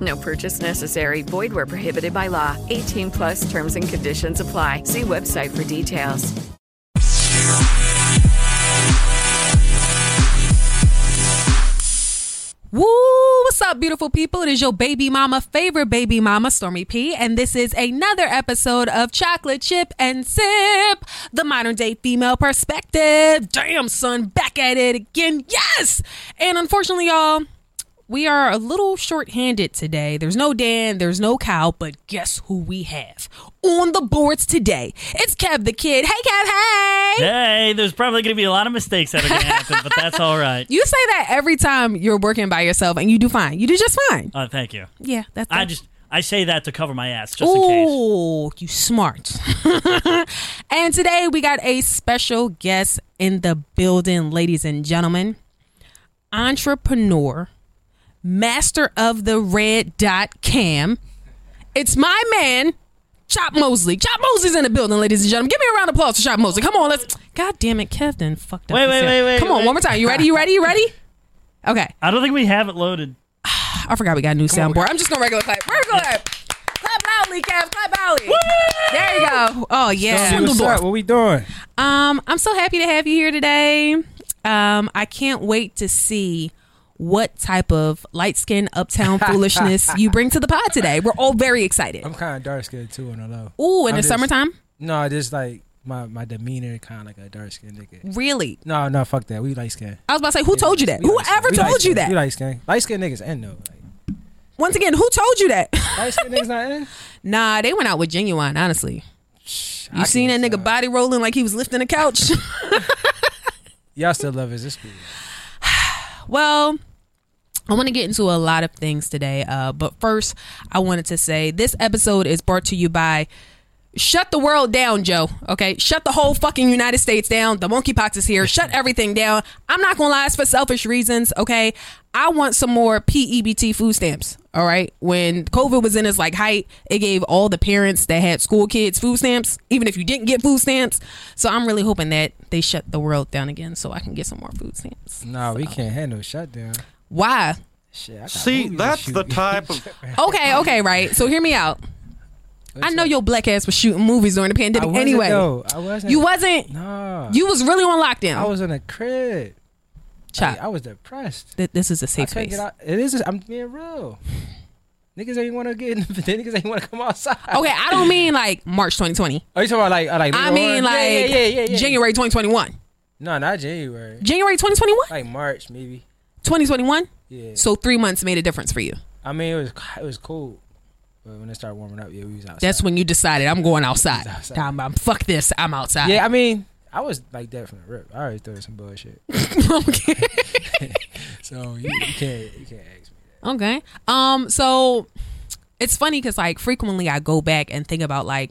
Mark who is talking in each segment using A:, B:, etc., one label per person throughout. A: No purchase necessary. Void where prohibited by law. 18 plus terms and conditions apply. See website for details.
B: Woo! What's up, beautiful people? It is your baby mama, favorite baby mama, Stormy P, and this is another episode of Chocolate Chip and Sip, the modern day female perspective. Damn, son, back at it again. Yes! And unfortunately, y'all, we are a little short-handed today. There's no Dan, there's no Kyle, but guess who we have on the boards today? It's Kev the Kid. Hey, Kev. Hey.
C: Hey, there's probably going to be a lot of mistakes that are going to happen, but that's all right.
B: You say that every time you're working by yourself, and you do fine. You do just fine.
C: Uh, thank you.
B: Yeah, that's.
C: I
B: that's-
C: just I say that to cover my ass just in case.
B: Ooh, you smart. and today we got a special guest in the building, ladies and gentlemen. Entrepreneur, master of the red dot cam. It's my man, Chop Mosley. Chop Mosley's in the building, ladies and gentlemen. Give me a round of applause for Chop Mosley. Come on, let's. God damn it, Kevin fucked up.
C: Wait,
B: his
C: wait,
B: hair.
C: wait, wait,
B: Come on,
C: wait.
B: one more time. You ready? You ready? You ready? Okay.
C: I don't think we have it loaded.
B: I forgot we got a new soundboard. I'm just gonna regular clap. Regular clap. Clap loudly, Kev. Clap loudly. There you go. Oh yeah.
D: What's up? What we doing?
B: Um, I'm so happy to have you here today. Um, I can't wait to see what type of light skin uptown foolishness you bring to the pod today. We're all very excited.
D: I'm kind of dark skinned too on the low.
B: Ooh, in
D: I'm
B: the
D: just-
B: summertime?
D: No, just like my my demeanor, kind of like a dark skinned nigga.
B: Really?
D: No, no, fuck that. We light skin.
B: I was about to say, who told you that? Whoever told you
D: We
B: that?
D: light skin. Light skinned niggas and no. Like,
B: Once again, who told you that?
D: light skinned niggas not in.
B: Nah, they went out with genuine, honestly. You
D: I
B: seen that
D: can't
B: nigga
D: tell.
B: body rolling like he was lifting a couch?
D: Y'all still love us. It's cool.
B: Well, I want to get into a lot of things today, uh, but first, I wanted to say this episode is brought to you by Shut the World Down, Joe. Okay, shut the whole fucking United States down. The monkeypox is here. Shut everything down. I'm not gonna lie, it's for selfish reasons. Okay, I want some more PEBT food stamps. All right, when COVID was in its like height, it gave all the parents that had school kids food stamps, even if you didn't get food stamps. So I'm really hoping that they shut the world down again, so I can get some more food stamps.
D: No, we can't handle shutdown.
B: Why?
D: Shit. I got
E: See,
D: movies to
E: that's
D: shoot.
E: the type of
B: Okay, okay, right. So hear me out. I know your black ass was shooting movies during the
D: I
B: pandemic
D: wasn't,
B: anyway.
D: though. I wasn't.
B: You wasn't.
D: Nah.
B: You was really on lockdown.
D: I was in a crib.
B: Chop.
D: Like, I was depressed.
B: Th- this is a
D: I
B: safe
D: couldn't
B: space.
D: get out. It is. I'm being real. Niggas ain't want to get. in- Niggas ain't want to come outside.
B: Okay, I don't mean like March 2020.
D: Are you talking about like, uh, like
B: I
D: later
B: mean
D: on?
B: like
D: Yeah, yeah, yeah, yeah, yeah.
B: January 2021.
D: No, not January.
B: January 2021?
D: Like March, maybe.
B: 2021?
D: Yeah.
B: So three months made a difference for you.
D: I mean, it was it was cold, but when it started warming up, yeah, we was outside.
B: That's when you decided I'm going outside.
D: outside.
B: I'm, I'm- fuck this. I'm outside.
D: Yeah, I mean, I was like that from the rip. I already thought it was some bullshit.
B: okay.
D: so you, you can't you can't ask me.
B: Okay. Um. So it's funny because like frequently I go back and think about like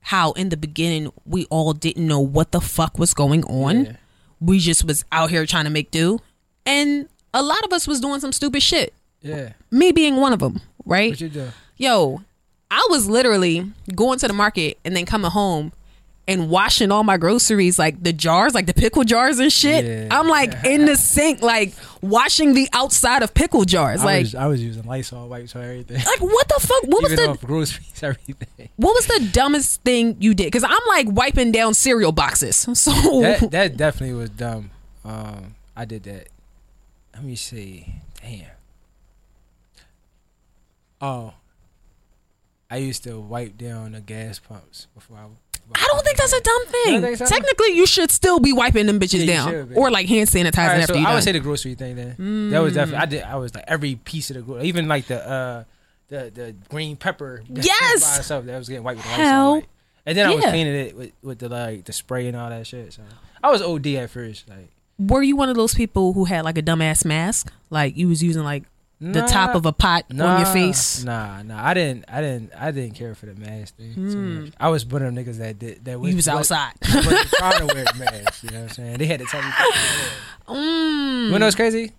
B: how in the beginning we all didn't know what the fuck was going on.
D: Yeah.
B: We just was out here trying to make do, and a lot of us was doing some stupid shit.
D: Yeah,
B: Me being one of them, right?
D: what you do?
B: Yo, I was literally going to the market and then coming home and washing all my groceries, like the jars, like the pickle jars and shit.
D: Yeah.
B: I'm like in the sink, like washing the outside of pickle jars.
D: I
B: like
D: was I was using Lysol wipes for everything.
B: like what the fuck? What was
D: Even
B: the
D: off groceries, everything.
B: what was the dumbest thing you did? Because I'm like wiping down cereal boxes. So
D: That that definitely was dumb. Um, I did that. Let me see. Damn. Oh, I used to wipe down the gas pumps before I.
B: I don't think that's a dumb
D: You
B: thing.
D: don't think so?
B: Technically, you should still be wiping them bitches
D: Yeah, you
B: down
D: should be.
B: or like hand sanitizing
D: All right,
B: after
D: so
B: you.
D: I would say
B: done.
D: the grocery thing then. That was definitely I did. I was like every piece of the grocery, even like the uh the the green pepper. that was
B: Yes!
D: by itself that was getting wiped with Lysol,
B: Hell
D: like. And then I was
B: yeah.
D: cleaning it with, with the like the spray and all that shit. So I was OD at first. Like
B: Were you one of those people who had like a dumbass mask? Like you was using like the
D: Nah,
B: top of a pot on your face?
D: Nah, nah. I didn't. I didn't. I didn't care for the mask thing. too much. I was one of them niggas that did that.
B: Hmm. You was outside.
D: But trying to wear a mask. You know what I'm saying? They had to tell me.
B: Mm,
D: You know what's crazy?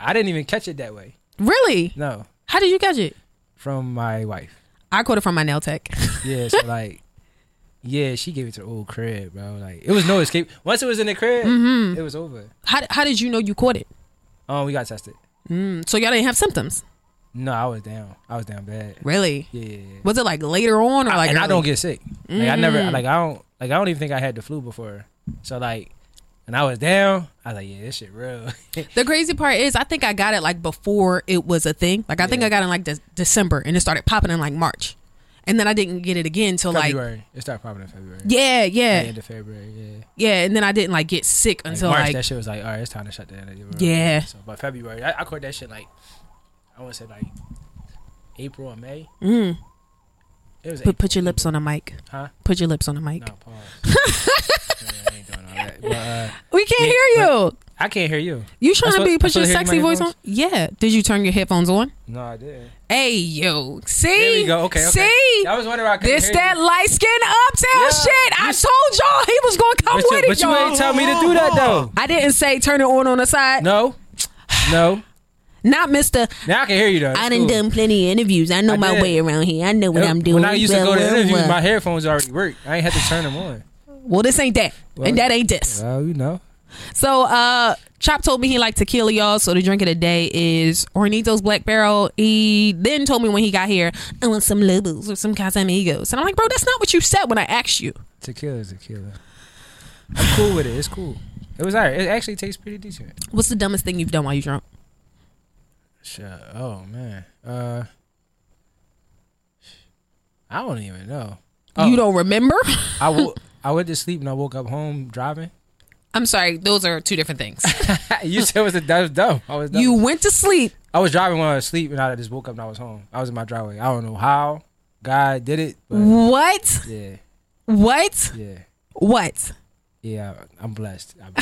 D: I didn't even catch it that way.
B: really?
D: No,
B: How did you catch it?
D: from my wife.
B: I caught it from my nail tech.
D: Yeah, so like, yeah, she gave it to the old crib, bro. Like, it was no escape. Once it was in the crib,
B: Mm-hmm.
D: it was over.
B: how, how did you know you caught it? Mm,
D: Um, we got tested.
B: So y'all didn't have symptoms?
D: No, I was down. I was down bad.
B: Really?
D: Yeah, yeah, yeah.
B: Was it like later on or like Mm-hmm.
D: and I
B: early?
D: don't get sick. Like, I never, like, I don't, like, I don't even think I had the flu before. So like, and I was down. I was like, yeah, this shit real.
B: The crazy part is, I think I got it like before it was a thing. Like I think I got it in like de- December, and it started popping in like March, and then I didn't get it again till like
D: February. it started popping in February.
B: yeah, yeah,
D: End of February. Yeah.
B: yeah, and then I didn't like get sick
D: Like,
B: until
D: March,
B: like,
D: that shit was like, all right, it's time to shut down.
B: Yeah.
D: So, but February, I, I caught that shit like, I want to say like, April or May.
B: mm,
D: It was
B: put
D: April.
B: put your lips on a mic.
D: Huh?
B: Put your lips on a mic.
D: No, pause. Yeah, I ain't doing all that. But, uh,
B: We can't
D: Yeah,
B: hear you.
D: I can't hear you.
B: You trying to
D: what-
B: be put
D: that's
B: your
D: what I hear in
B: sexy
D: my
B: voice on?
D: headphones?
B: Yeah. Did you turn your headphones on?
D: No, I did.
B: Hey yo, see?
D: There we go. Okay, okay.
B: See?
D: I was wondering why I couldn't
B: This
D: hear
B: that
D: you.
B: light skin uptown
D: Yeah,
B: shit. I
D: you-
B: told y'all he was gonna come
D: But
B: with
D: you,
B: it,
D: but you
B: y'all.
D: ain't tell me to do that though.
B: I didn't say turn it on on the side.
D: No, no.
B: Not Mister.
D: Now I can hear you though.
B: I
D: It's
B: done
D: cool.
B: done plenty of interviews. I know
D: I
B: my
D: did.
B: way around here. I know what
D: Yep.
B: I'm doing.
D: When I used to
B: Blah,
D: go to
B: blah,
D: interviews,
B: blah.
D: my headphones already worked. I ain't had to turn them on.
B: well, this ain't that,
D: Well,
B: and that ain't this.
D: Well, you know.
B: So, uh, Chop told me he liked tequila, y'all. So the drink of the day is Hornitos Black Barrel. He then told me when he got here, I want some Lobos or some Casamigos, and I'm like, bro, that's not what you said when I asked you.
D: Tequila is tequila. I'm cool with it. It's cool. It was alright. It actually tastes pretty decent.
B: What's the dumbest thing you've done while you drunk?
D: Shut. Oh man. Uh, I don't even know. Oh.
B: You don't remember?
D: I wo- I went to sleep and I woke up home driving.
B: I'm sorry, those are two different things.
D: you said it was a, that was dumb. I was dumb.
B: you went to sleep.
D: I was driving when I was asleep and I just woke up and I was home. I was in my driveway. I don't know how God did it,
B: Mm-hmm.
D: but
B: What?
D: yeah,
B: What?
D: yeah,
B: What?
D: yeah. I'm blessed. I'm-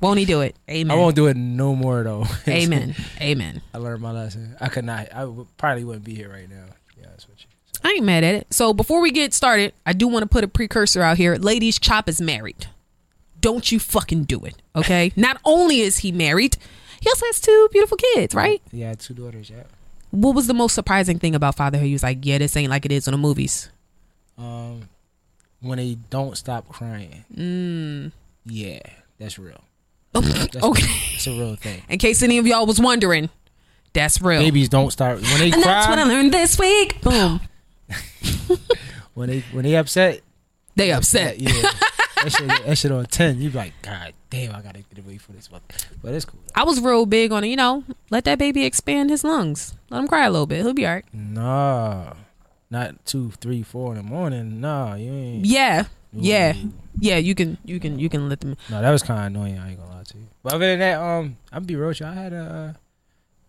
B: Won't he do it?
D: I
B: Amen.
D: won't do it no more though.
B: Amen. Amen.
D: I learned my lesson. I could not. I w- probably wouldn't be here right now. Yeah, that's what you.
B: I ain't mad at it. So before we get started, I do want to put a precursor out here. Ladies, Chop is married. Don't you fucking do it, okay? Not only is he married, he also has two beautiful kids, right?
D: Yeah, I had two daughters. Yeah.
B: What was the most surprising thing about fatherhood? He was like, yeah, this ain't like it is on the movies.
D: Um, when they don't stop crying. Yeah, that's real. That's
B: Mm. okay.
D: It's a real thing.
B: In case any of y'all was wondering, that's real.
D: Babies don't start when they
B: And that's what I
D: cry.
B: learned this week. Boom.
D: When they when they upset,
B: They upset.
D: Yeah, yeah. that, shit, that shit on ten. You be like, God damn, I gotta get away from this one. But it's cool.
B: I was real big on it, you know, let that baby expand his lungs. Let him cry a little bit. He'll be all right.
D: Nah, not two, three, four in the morning. Nah, you ain't.
B: Yeah. Yeah. Yeah, you can you can you can let them
D: No, that was kind of annoying. I ain't gonna lie to you. But other than that, um, I'm be real. with you. I had a uh,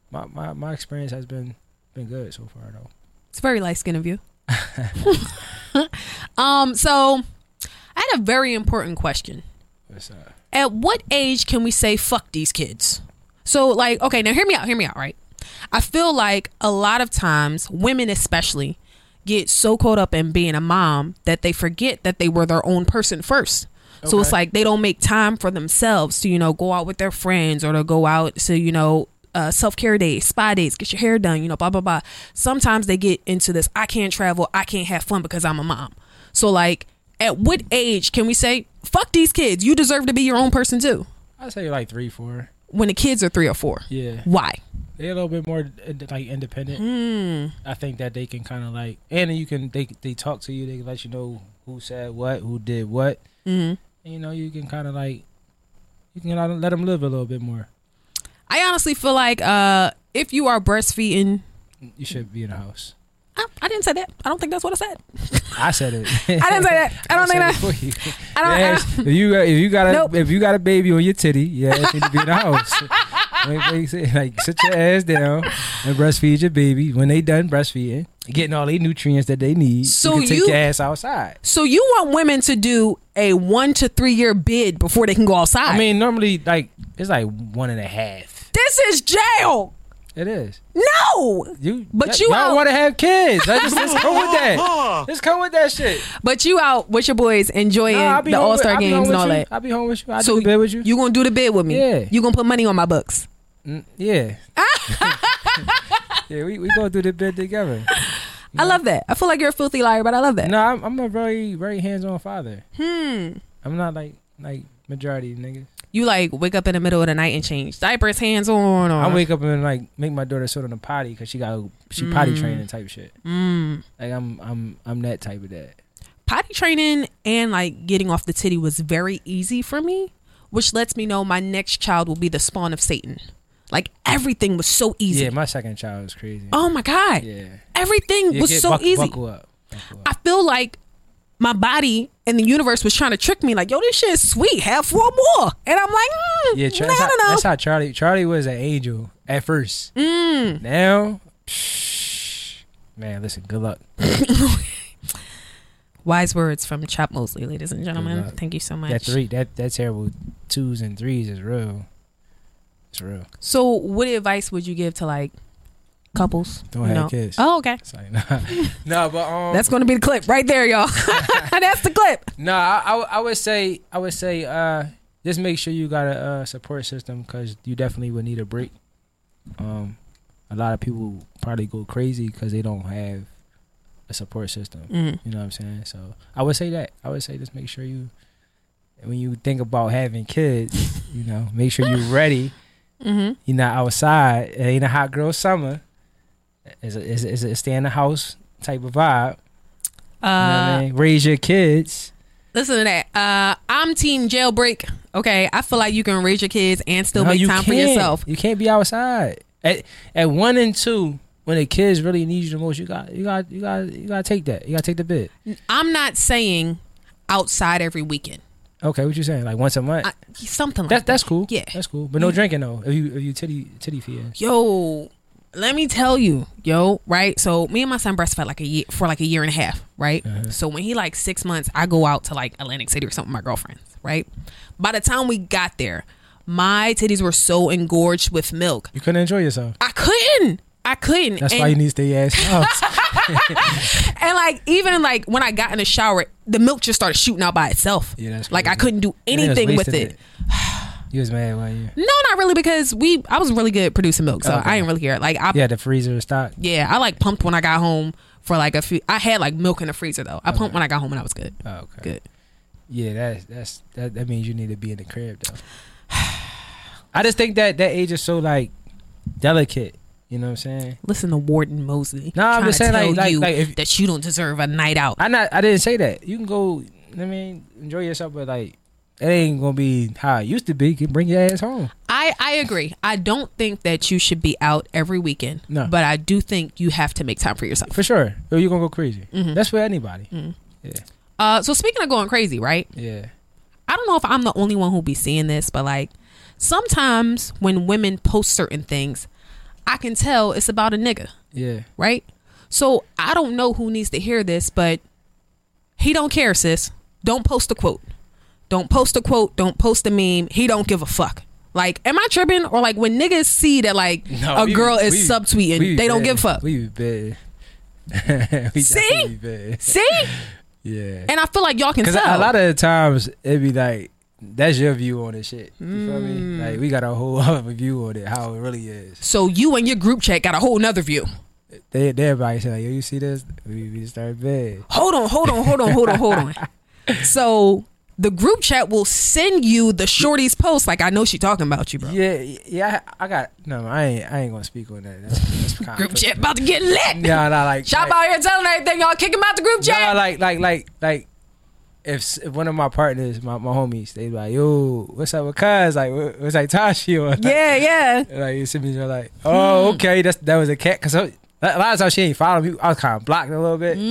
D: my my my experience has been been good so far though.
B: It's very light skin of you. um, so I had a very important question.
D: It's, uh,
B: At what age can we say fuck these kids? So like, okay, now hear me out, hear me out, right? I feel like a lot of times women especially get so caught up in being a mom that they forget that they were their own person first. So it's like they don't make time for themselves to, you know, go out with their friends or to go out to, you know, uh, self care days, spa days, get your hair done, you know, blah, blah, blah. Sometimes they get into this I can't travel, I can't have fun because I'm a mom. So, like, at what age can we say, fuck these kids, you deserve to be your own person too?
D: I say like three, four.
B: When the kids are three or four.
D: Yeah.
B: Why?
D: They're a little bit more uh, like independent. I think that they can kind of like, and you can they they talk to you. They can let you know who said what, who did what. And, you know, you can kind of like you can let 'em- let them live a little bit more.
B: I honestly feel like uh, if you are breastfeeding,
D: You should be in the house.
B: I, I didn't say that. I don't think that's what I said.
D: I said it.
B: I didn't say that. I don't think that.
D: think that.
B: I don't- I
D: Yes, if you got if you got a
B: Nope.
D: if you got a baby on your titty, yeah, it need to be in the house. Like- like, say- like sit your ass down and breastfeed your baby. When they done breastfeeding, getting all the nutrients that they need,
B: So
D: you can take
B: you-
D: your ass outside.
B: So you want women to do a one to three year bid before they can go outside?
D: I mean, normally like it's like one and a half.
B: this is jail.
D: It is.
B: No,
D: You,
B: But
D: y-
B: you
D: y'all
B: out-
D: want to have kids? Let's just let's come with that. Let's come with that shit.
B: but you out with your boys enjoying
D: Nah, I'll be
B: the
D: home
B: All
D: with-
B: Star
D: I'll be home
B: games and
D: with
B: all
D: you.
B: that.
D: I'll be home with you. I'll
B: so
D: so bed with you.
B: you gonna do the bid with me?
D: Yeah.
B: You gonna put money on my books?
D: Mm, yeah. yeah, we we going through the bed together.
B: I love that. I feel like you're a filthy liar, but I love that.
D: No, I'm, I'm a very very hands on father. Hmm. I'm not like like majority of niggas.
B: You like wake up in the middle of the night and change diapers, hands on. Or,
D: I wake up and like make my daughter sit on the potty because she got she potty training type shit. Mm. Like I'm I'm I'm that type of dad.
B: potty training and like getting off the titty was very easy for me, which lets me know my next child will be the spawn of Satan. Like everything was so easy.
D: Yeah, my second child is crazy.
B: Oh my god.
D: Yeah.
B: Everything
D: Yeah,
B: was
D: get
B: so
D: buck-
B: easy.
D: Buckle up. Buckle up.
B: I feel like my body and the universe was trying to trick me, like, yo, this shit is sweet. Have four more. And I'm like, mm,
D: Yeah,
B: no,
D: Char- that's,
B: no,
D: how,
B: no.
D: that's how Charlie Charlie was an angel at first.
B: Mm.
D: Now, man, listen. Good luck.
B: Wise words from Chop Mosley, ladies and gentlemen.
D: luck.
B: Thank you so much.
D: That three that that terrible twos and threes is real. It's real.
B: So, what advice would you give to like couples?
D: Don't
B: you
D: have
B: know?
D: kids.
B: Oh, okay.
D: It's like nah, nah, but um,
B: That's going to be the clip right there, y'all. That's the clip.
D: No, I, I, would- I would say I would say uh, just make sure you got a uh, support system because you definitely would need a break. Um, a lot of people probably go crazy because they don't have a support system.
B: Mm-hmm.
D: You know what I'm saying? So I would say that I would say just make sure you when you think about having kids, you know, make sure you're ready.
B: Uh,
D: Mm-hmm. You're not outside. It ain't a hot girl summer. It's a, it's a, it's a stay in the house type of vibe. You know
B: Uh,
D: what I mean? Raise your kids.
B: Listen to that. Uh, I'm team jailbreak. Okay, I feel like you can raise your kids and still
D: No,
B: make
D: you
B: time for
D: can't.
B: yourself.
D: You can't be outside at at one and two when the kids really need you the most. You got you got you got you got to take that. You got to take the bid.
B: I'm not saying outside every weekend.
D: Okay, what you saying? Like once a month.
B: I, something like
D: that's
B: that.
D: that's cool.
B: Yeah. Mm-hmm.
D: that's cool. But no drinking though. If you if you titty titty feed.
B: yo let me tell you yo right so me and my son breastfed like a year for like a year and a half right
D: Uh-huh.
B: so when he like six months i go out to like atlantic city or something with my girlfriends right by the time we got there my titties were so engorged with milk
D: You couldn't enjoy yourself.
B: i couldn't i couldn't
D: That's
B: and,
D: why you need to stay your ass. out.
B: and like even like when i got in the shower the milk just started shooting out by itself
D: Yeah, that's
B: like i couldn't
D: crazy.
B: do
D: You was
B: anything with
D: wasting
B: it
D: You was mad, weren't you?
B: no not really because we i was really good at producing milk so
D: Okay.
B: i didn't really care like i
D: Yeah, the freezer stock.
B: Yeah, I like pumped when I got home for like a few. I had like milk in the freezer though. I pumped when I got home and I was good.
D: Oh, okay.
B: Good.
D: Yeah, that's that's that, that means you need to be in the crib though. I just think that that age is so like delicate. You know what I'm saying?
B: Listen to Warden Mosley.
D: No, I'm
B: trying
D: just
B: to
D: saying, like-
B: tell
D: like-
B: you
D: like, if-
B: that you don't deserve a night out.
D: I not I didn't say that. You can go. I mean, enjoy yourself, but like it ain't gonna be how it used to be. You can bring your ass home.
B: I I agree. I don't think that you should be out every weekend.
D: No.
B: but I do think you have to make time for yourself.
D: For sure. Or you gonna go crazy.
B: Mm-hmm.
D: That's for anybody.
B: Uh, so speaking of going crazy, right?
D: Yeah.
B: I don't know if I'm the only one who be seeing this, but like sometimes when women post certain things, I can tell it's about a nigga.
D: Yeah.
B: right? So I don't know who needs to hear this, but he don't care, sis. Don't post a quote. Don't post a quote. Don't post a meme. He don't give a fuck. Like, am I tripping? Or like when niggas see that like a girl is subtweeting, they don't give a fuck.
D: We be bad. we
B: See?
D: definitely bad.
B: see?
D: Yeah.
B: And I feel like y'all can
D: Because
B: tell.
D: a lot of the times it be like, that's your view on this shit. You feel me? Like we got a whole other view on it, how it really is.
B: so you and your group chat got a whole nother view.
D: They, they everybody say like, yo, you see this? We, we start bad.
B: hold on, hold on, hold on, hold on, hold on. So the group chat will send you the shorty's post. Like I know she talking about you, bro.
D: Yeah, yeah, I I got no. I ain't. I ain't gonna speak on that. That's, that's kind
B: Group chat about to get lit.
D: Yeah, nah, like
B: Shop
D: like,
B: out here telling everything y'all kick him out the group
D: nah,
B: chat.
D: like like like like. If, s- if one of my partners, my, my homies, they like, yo, what's up with Cuz? Like, what- what's like Tashi or
B: yeah, yeah. Hmm.
D: like you see me, you're like, oh, okay, that's that was a cat. Cause I, A lot of times she ain't follow me. I was kind of blocked a little bit. So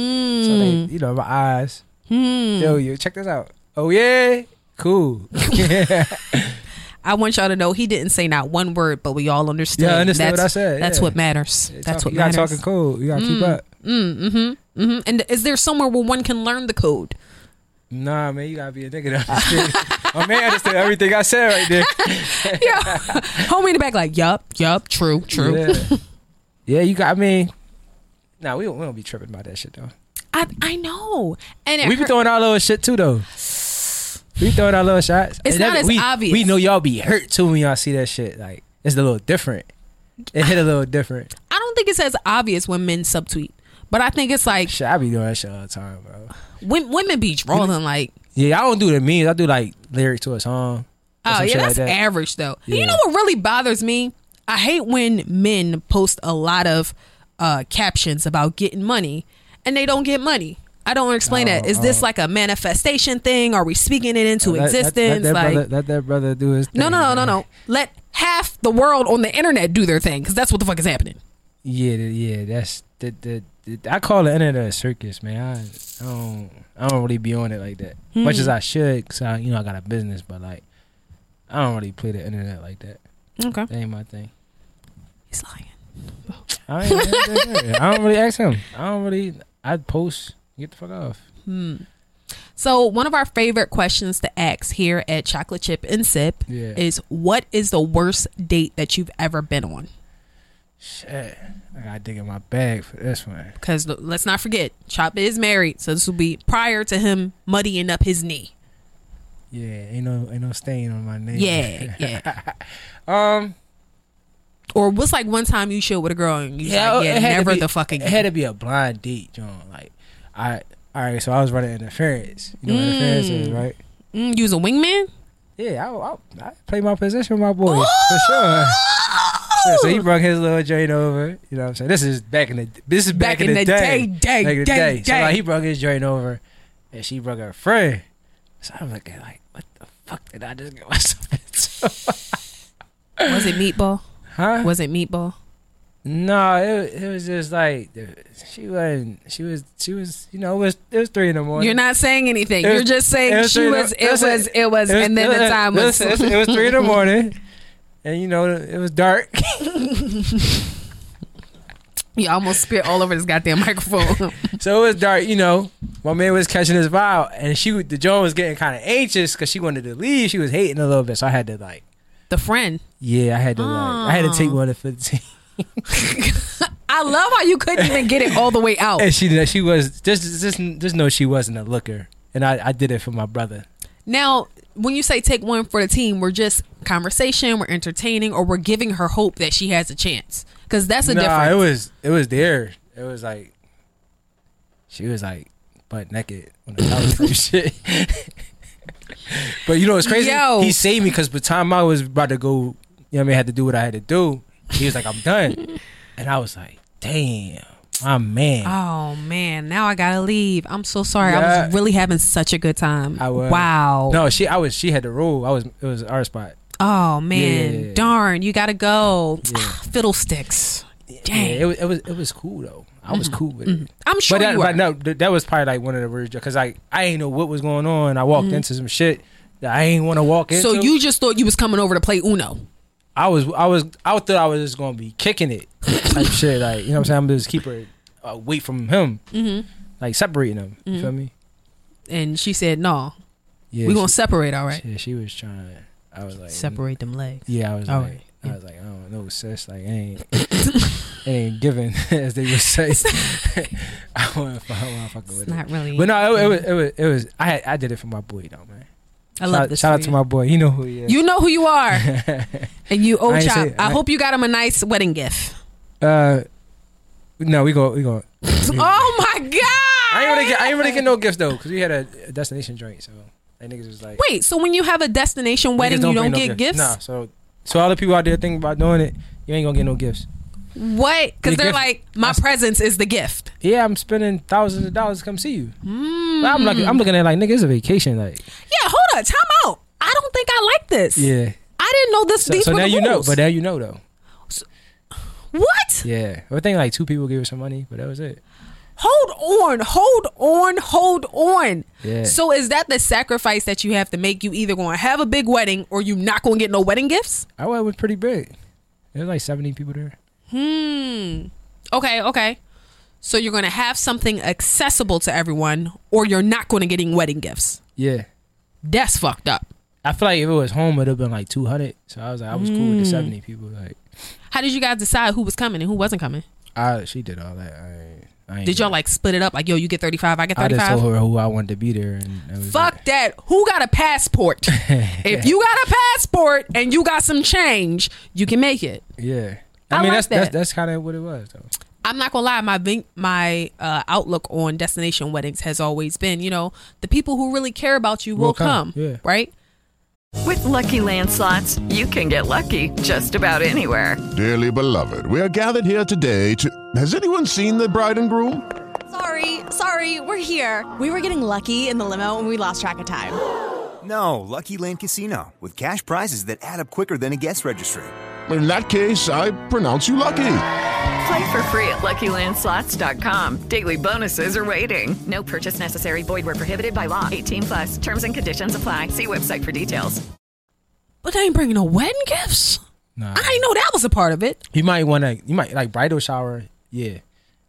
D: they,
B: Hmm.
D: you know, my eyes. Yo, you check this out. Oh yeah, cool.
B: I want y'all to know he didn't say not one word, but we all understood.
D: Yeah, I understood what
B: that's,
D: I said,
B: That's
D: yeah.
B: what matters. that's
D: Talk-
B: what
D: you got
B: matters.
D: talking cool. You got to keep up.
B: hmm And is there somewhere where one can learn the code?
D: Nah, man, you gotta be a nigga. to understand. my man understood everything I said right there.
B: Yeah. Homie in the back, like, yup, yup, true, true.
D: Yeah. yeah, you got. I mean, nah, we don't, we don't be tripping about that shit though.
B: I, I know. And it
D: We be
B: hurt-
D: throwing our little shit too though. We throwing our little shots.
B: It's
D: And that-
B: not as
D: we,
B: obvious.
D: We know y'all be hurt too when y'all see that shit. Like it's a little different. It hit a little different.
B: I don't think it's as obvious when men subtweet, but I think it's like
D: Shit, I be doing that shit all the time, bro.
B: when, women be drawing like,
D: Yeah, I don't do the memes. I do like lyrics to a song. or
B: oh
D: some
B: yeah,
D: shit
B: that's
D: like that.
B: average though. You
D: Yeah.
B: know what really bothers me? I hate when men post a lot of uh, captions about getting money and they don't get money. I don't explain that. Is this like a manifestation thing? Are we speaking it into
D: Let- let-
B: existence?
D: Let, Oh, that
B: like
D: brother, let that brother do his. Thing,
B: No, no, no, no,
D: man.
B: no. Let half the world on the internet do their thing because that's what the fuck is happening.
D: Yeah, th- yeah, that's the, the the I call the internet a circus, man. I, I don't I don't really be on it like that, much
B: Hmm.
D: as I should, cause I you know I got a business, but like I don't really play the internet like that.
B: Okay,
D: That ain't my thing.
B: he's lying.
D: I, ain't, I don't really ask him. I don't really. I post. Get the fuck off.
B: So one of our favorite questions to ask here at Chocolate Chip and Sip
D: Yeah.
B: is, "What is the worst date that you've ever been on?"
D: Shit, I gotta dig in my bag for this one.
B: Because let's not forget, Chop is married, so this will be prior to him muddying up his knee.
D: Yeah, ain't no ain't no stain on my name.
B: Yeah, yeah. um.
D: Um,
B: Or what's like one time you chilled with a girl and you yeah, like,
D: oh, it
B: yeah,
D: had to
B: never
D: be-
B: the fuck
D: It had
B: again.
D: to be a blind date, John. Like, I all right. So I was running interference. You know what interference is, right?
B: Mm, you was a wingman.
D: Yeah, I, I, I play my position, my boy, for sure. Yeah, so he brought his little joint over. You know what I'm saying? This is back in the this is back, in, the day,
B: day,
D: back in the
B: day,
D: day. So like
B: day.
D: he brought his joint over, and she brought her friend. So I'm looking like, what the fuck did I just get myself into?
B: Was it meatball?
D: huh?
B: Was it meatball?
D: No, it it was just like she wasn't. She was. She was. You know, it was. It was three in the morning.
B: You're not saying anything.
D: It was-
B: You're just
D: it
B: saying
D: three
B: she
D: in the-
B: was. It was. It was. And then the time was.
D: listen, listen, it was three in the morning, and you know it was dark.
B: You almost spit all over this goddamn microphone.
D: So it was dark, you know. My man was catching his vibe, and she, the Joan, was getting kind of anxious because she wanted to leave. She was hating a little bit, so I had to like,
B: the friend.
D: yeah, I had to like, I had to take one of fifteen.
B: I love how you couldn't even get it all the way out.
D: And she, did- she was just, just, just know she wasn't a looker, and I, I did it for my brother.
B: Now, when you say take one for the team, we're just conversation, we're entertaining, or we're giving her hope that she has a chance. Because that's a
D: nah,
B: difference.
D: it was, it was there. It was like, she was like butt naked on the couch and shit. but you know what's crazy?
B: Yo.
D: He saved me because by the time I was about to go, you know, what I mean, I had to do what I had to do. He was like, "I'm done," and I was like, "Damn, my man."
B: oh man, now I gotta leave. I'm so sorry. I
D: Yeah.
B: was really having such a good time.
D: I was.
B: Wow.
D: No, she. I was. She had the rule. I was. It was our spot.
B: Oh man,
D: yeah, yeah.
B: darn! You gotta go. Ah, Fiddlesticks. Dang.
D: Yeah, it was. It was. It was cool though. I was cool with it.
B: I'm sure
D: but that,
B: you were.
D: but no, th- that was probably like one of the worst because I I ain't know what was going on. I walked into some shit that I ain't want to walk into.
B: Mm-hmm. so you just thought you was coming over to play Uno.
D: I was I was I thought I was just gonna be kicking it type shit. Like you know what I'm saying? I'm just keep her away from him,
B: Mm-hmm.
D: like separating them. You feel me?
B: And she said, "No,
D: Yeah,
B: Mm-hmm. we gonna
D: she,
B: separate, all right?
D: yeah, she was trying. to- I was like
B: Separate them legs."
D: Yeah, I was
B: All
D: like
B: right.
D: I was like I don't know, sis. Like it ain't it ain't given as they would say. I want to fuck with
B: It's
D: it.
B: not really.
D: But no, it, it was it was it was I had, I did it for my boy though, man.
B: I
D: shout
B: love
D: out,
B: this.
D: shout
B: for
D: out to my boy. You know who he is.
B: You know who you are, and you owe
D: I ain't
B: chop.
D: say-
B: I,
D: I-
B: hope you got him a nice wedding gift.
D: uh, no, we go we go.
B: oh my god!
D: I ain't really get, I ain't really get no gifts though, cause we had a, a destination joint, so that niggas was like,
B: Wait, so when you have a destination wedding,
D: niggas
B: you don't
D: bring no
B: get gifts?
D: Nah, so so all the people out there thinking about doing it, you ain't gonna get no gifts.
B: What? Because
D: The
B: they're
D: gift-
B: like, my presence is the gift.
D: Yeah, I'm spending thousands of dollars to come see you.
B: Mm.
D: But I'm like, I'm looking at it like, nigga, it's a vacation, like,
B: Yeah, hold up, time out. I don't think I like this.
D: yeah.
B: I didn't know this.
D: So,
B: these
D: so
B: were
D: now
B: the
D: you know,
B: rules.
D: but now you know though.
B: What?
D: Yeah, I think like two people gave us some money, but that was it.
B: Hold on, hold on, hold on.
D: Yeah.
B: So is that the sacrifice that you have to make? You either gonna have a big wedding or you not gonna get no wedding gifts?
D: Our wedding was pretty big. There was like seventy people there.
B: Hmm. Okay, okay. So you're gonna have something accessible to everyone, or you're not gonna getting wedding gifts.
D: Yeah,
B: That's fucked up.
D: I feel like if it was home, it'd have been like two hundred. So I was like, I was cool with the seventy
B: Mm.
D: people. Like,
B: How did you guys decide who was coming and who wasn't coming?
D: I she did all that. I, ain't- I ain't
B: Did y'all
D: do it.
B: like split it up? Like, yo, you get 35, I get
D: I just
B: 35?
D: told her who I wanted to be there, and that was it.
B: Fuck that. Who got a passport? if you got a passport and you got some change, you can make it.
D: Yeah,
B: I
D: I, mean
B: like
D: that's
B: that.
D: that's that's kind of what it was though.
B: I'm not gonna lie, my vin- my uh, outlook on destination weddings has always been, you know, the people who really care about you will,
D: Will
B: come,
D: come, yeah.
B: right?
A: With Lucky Land slots, you can get lucky just about anywhere.
F: Dearly beloved, we are gathered here today to. Has anyone seen the bride and groom?
G: Sorry, sorry, we're here. We were getting lucky in the limo and we lost track of time.
H: No, Lucky Land Casino with cash prizes that add up quicker than a guest registry.
F: In that case, I pronounce you lucky.
A: Play for free at LuckyLandSlots.com. Daily bonuses are waiting. No purchase necessary. Void were prohibited by law. 18 plus. Terms and conditions apply. See website for details.
B: But they ain't bringing no wedding gifts.
D: Nah,
B: I didn't know that was a part of it.
D: you might want to you might like bridal shower. Yeah,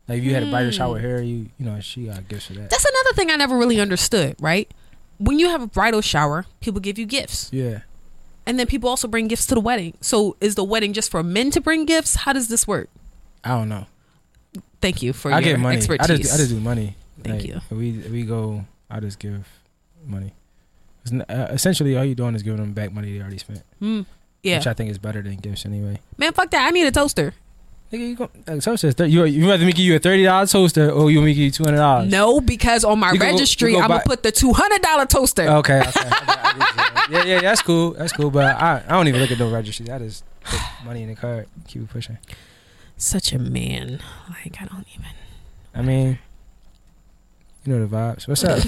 D: like if you had a bridal shower here, you you know she got gifts for that.
B: Mm. That's another thing I never really understood, right? When you have a bridal shower, people give you gifts,
D: yeah,
B: and then people also bring gifts to the wedding. So, is the wedding just for men to bring gifts? How does this work?
D: I don't know.
B: Thank you for
D: I
B: your
D: give money.
B: expertise.
D: I just I just do money.
B: Thank you.
D: if We if we go. I just give money. It's n- uh, essentially, all you're doing is giving them back money they already spent,
B: yeah,
D: which I think is better than gifts anyway.
B: man, fuck that. I need a toaster.
D: Nigga, you go, like, so says thir- you you rather me give you a thirty dollar toaster or you want me to give you two hundred dollars?
B: No, because on my
D: Uh, You can go-
B: registry,
D: you go
B: I'm gonna
D: buy- Oh.
B: put the two hundred dollar toaster.
D: Okay. okay. yeah, yeah, that's cool. That's cool. But I, I don't even look at no registry. I just put money in the card. Keep it pushing.
B: Such a man. Like I don't even.
D: I mean, you know the vibes. What's up?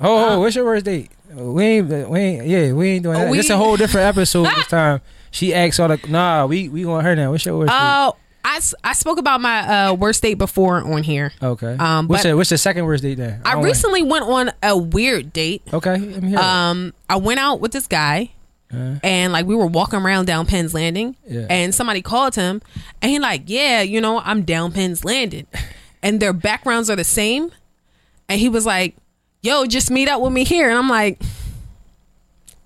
D: Oh, oh, what's your worst date? We ain't, we ain't, yeah, we ain't doing that.
B: Uh, We-
D: It's a whole different episode this time. She asks all the, nah, we we on her now. What's your worst
B: Oh, I, s- I spoke about my uh, worst date before on here.
D: date? Okay.
B: um,
D: what's
B: but-
D: the what's the second worst date then?
B: I
D: don't wanna-
B: recently went on a weird date.
D: Okay, I'm here.
B: Um, I went out with this guy, and like we were walking around down Penn's Landing,
D: Yeah.
B: and somebody called him, and he like, yeah, you know, I'm down Penn's Landing, and their backgrounds are the same, and he was like, yo, just meet up with me here, and I'm like,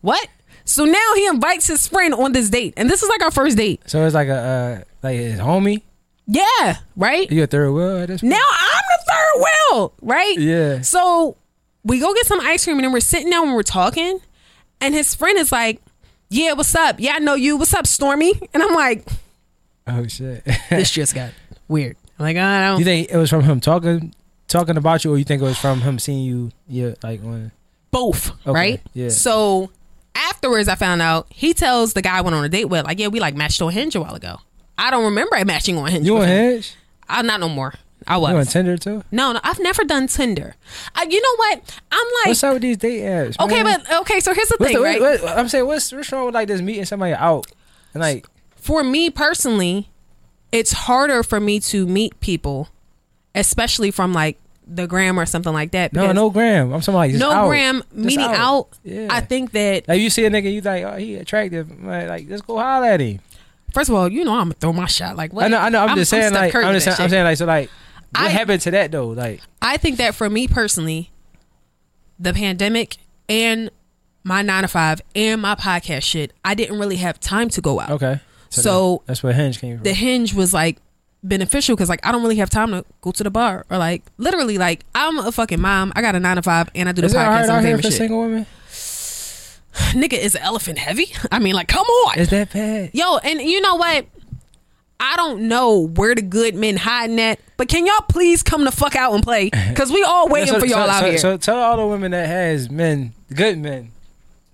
B: what? So now he invites his friend on this date, and this is like our first date.
D: so it's like a uh, like his homie.
B: Yeah, right.
D: You a third wheel at this point?
B: Now I'm the third wheel, right?
D: Yeah.
B: So we go get some ice cream and then we're sitting down and we're talking, and his friend is like, "Yeah, what's up? Yeah, I know you. What's up, Stormy?" And I'm like,
D: Oh shit.
B: "This just got weird." I'm like, I don't.
D: You think it was from him talking talking about you, or you think it was from him seeing you? Yeah, like on.
B: both,
D: Okay,
B: right?
D: yeah.
B: So afterwards, I found out he tells the guy I went on a date with, like, "Yeah, we like matched on Hinge a while ago." I don't remember it matching on Hinge.
D: You
B: with
D: on
B: him.
D: Hinge?
B: I'm not no more. I was.
D: You on Tinder too?
B: no, no, I've never done Tinder. I, you know what? I'm like,
D: What's up with these date apps?
B: okay,
D: man?
B: but okay. So here's the
D: What's
B: thing,
D: the-
B: right?
D: what- what- I'm saying, what's what's wrong with like just meeting somebody out and like
B: for me personally, it's harder for me to meet people, especially from like the gram or something like that.
D: no
B: because
D: no gram. I'm talking like just
B: no
D: out.
B: gram
D: Just
B: meeting out.
D: Yeah.
B: I think that
D: Like you see a nigga, you like, oh, he attractive. I'm Like, like, let's go holler at him.
B: first of all, you know, I'm gonna throw my shot. Like what?
D: I know, I know. I'm, just saying,
B: Steph
D: like,
B: Curry
D: I'm
B: with
D: just,
B: that
D: saying- I'm
B: shit.
D: saying, like, so, like, what
B: I-
D: happened to that though? Like,
B: I think that for me personally, the pandemic and my nine to five and my podcast shit, I didn't really have time to go out.
D: okay,
B: So-
D: that- that's where Hinge came from.
B: the hinge was like beneficial because like I don't really have time to go to the bar or like literally like I'm a fucking mom. I got a nine to five and I do the
D: Is it
B: podcast
D: hard out
B: and
D: here
B: famous
D: for
B: shit.
D: single women?
B: Nigga is the elephant heavy. I mean, like, come on,
D: Is that bad?
B: yo. And you know what? I don't know where the good men hiding at, but can y'all please come the fuck out and play? Cause we all waiting
D: Yeah, so-
B: for y'all
D: so,
B: out
D: so,
B: here.
D: So tell all the women that has men, good men,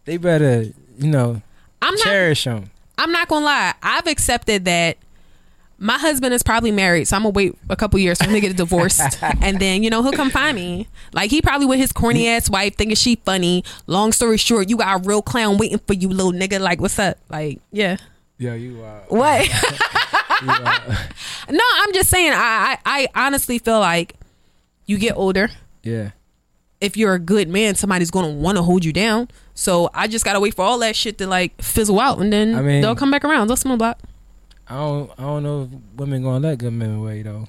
D: they better you know
B: I'm not.
D: cherish them.
B: I'm not gonna lie. I've accepted that my husband is probably married, so I'm gonna wait a couple years for him to get divorced, and then you know he'll come find me. Like he probably with his corny ass wife thinking she funny. Long story short, you got a real clown waiting for you, little nigga. Like what's up? Like yeah,
D: Yo, you uh,
B: what? No, I'm just saying. I, I I honestly feel like you get older.
D: Yeah.
B: If you're a good man, somebody's gonna want to hold you down. So I just gotta wait for all that shit to like fizzle out, and then
D: I mean-
B: they'll come back around. That's my block.
D: I don't. I don't know if women gonna let good men away though.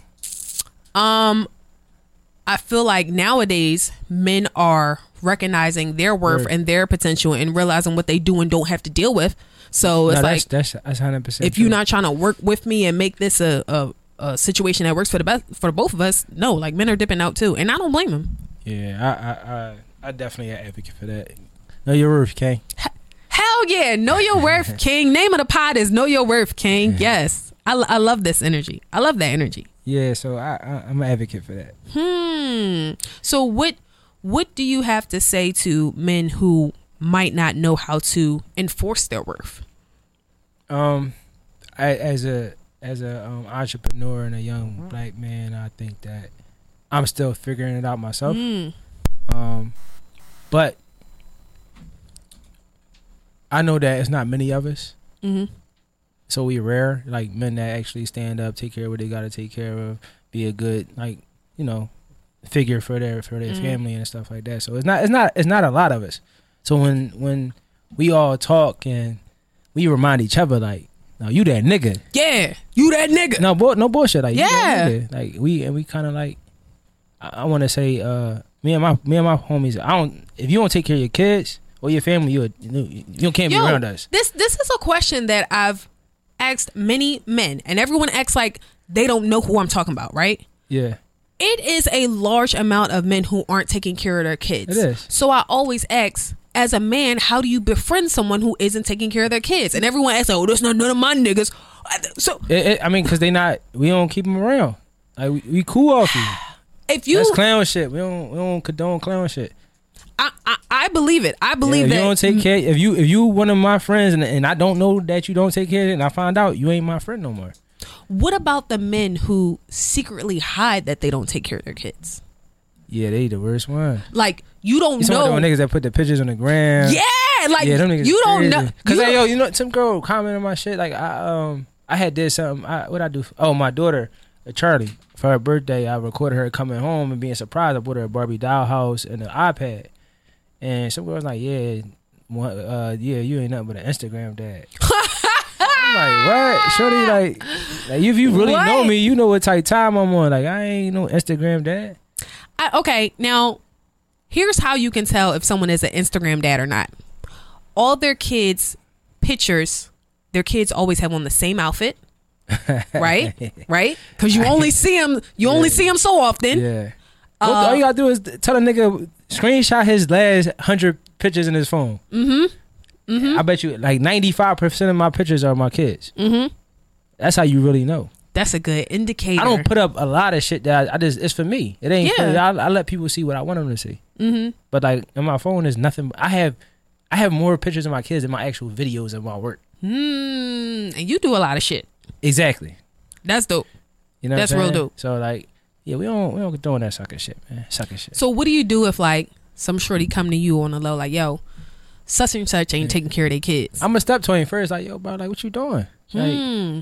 B: I feel like nowadays men are recognizing their worth
D: Right.
B: and their potential and realizing what they do and don't have to deal with. So it's
D: no,
B: like
D: that's that's that's hundred percent.
B: if you're not trying to work with me and make this a, a a situation that works for the best for the both of us, no, like men are dipping out too, and I don't blame them.
D: yeah, I I I, I definitely an advocate for that. No, your roof, King.
B: Hell yeah, know your worth, King. Name of the pod is Know Your Worth, King. Yes, I, I love this energy. I love that energy.
D: Yeah, so I, I I'm an advocate for that.
B: Hmm. So what what do you have to say to men who might not know how to enforce their worth?
D: Um, I, as a as a um, entrepreneur and a young black man, I think that I'm still figuring it out myself. Um, but I know that it's not many of us,
B: Mhm.
D: so we rare like men that actually stand up, take care of what they got to take care of, be a good like you know figure for their for their family and stuff like that. So it's not it's not it's not a lot of us. So when when we all talk and we remind each other like, no, you that nigga.
B: Yeah, you that nigga.
D: No, bull, no bullshit. Like, you that
B: Yeah.
D: nigga. like we and we kind of like, I, I want to say, uh, me and my me and my homies. I don't. If you don't take care of your kids or your family, you a- you you can't
B: Yo,
D: be around us.
B: This this is a question that I've asked many men, and everyone acts like they don't know who I'm talking about, right?
D: Yeah,
B: It is a large amount of men who aren't taking care of their kids.
D: It is.
B: So I always ask, as a man, how do you befriend someone who isn't taking care of their kids? And everyone asks, oh, that's not none of my niggas. So
D: it, it, I mean, cause they not. We don't keep them around. Like we, we cool off you.
B: if you,
D: That's clown shit. We don't we don't condone clown shit.
B: I, I, I believe it. Mm. I
D: Yeah,
B: believe
D: if
B: that.
D: you don't take care, if you if you one of my friends and, and I don't know that you don't take care of it, and I find out you ain't my friend no more.
B: what about the men who secretly hide that they don't take care of their kids?
D: Yeah, they the worst one.
B: Like you don't
D: You saw
B: know.
D: them niggas that put the pictures on the gram.
B: Yeah, like
D: yeah, them niggas.
B: you don't
D: crazy.
B: know. you
D: Cause like,
B: don't-
D: yo, you know, some girl commented on my shit. Like I um I had did something. I, what I do? Oh, my daughter, uh, Charlie, for her birthday, I recorded her coming home and being surprised. I bought her a Barbie dollhouse and an iPad. And some girl was like, yeah, one, uh, yeah, you ain't nothing but an Instagram dad. I'm like, what? Shorty, like, like if you really know
B: What?
D: me, you know what type of time I'm on. Like, I ain't no Instagram dad.
B: I, okay, now here's how you can tell if someone is an Instagram dad or not. All their kids' pictures, their kids always have on the same outfit, right? right? Because you only see them, you only see them so often.
D: Yeah. Well,
B: Uh,
D: all you gotta do is tell a nigga screenshot his last hundred pictures in his phone. Mm-hmm.
B: Mm-hmm.
D: I bet you like ninety five percent of my pictures are my kids. Mm-hmm. That's how you really know.
B: That's a good indicator.
D: I don't put up a lot of shit that I, I just it's for me. It ain't. For,
B: Yeah.
D: I, I let people see what I want them to see. Mm-hmm. But like in my phone is nothing. I have I have more pictures of my kids than my actual videos of my work.
B: Mm, and you do a lot of shit.
D: Exactly.
B: That's dope.
D: You know what
B: That's
D: I'm
B: real
D: saying?
B: dope.
D: So like yeah, we don't we don't condone that sucker shit, man. Sucker shit.
B: So what do you do if like some shorty come to you on the low like, yo, such and such ain't taking care of their kids?
D: I'm gonna step to him first, like, yo, bro, like, what you doing? Like,
B: Hmm.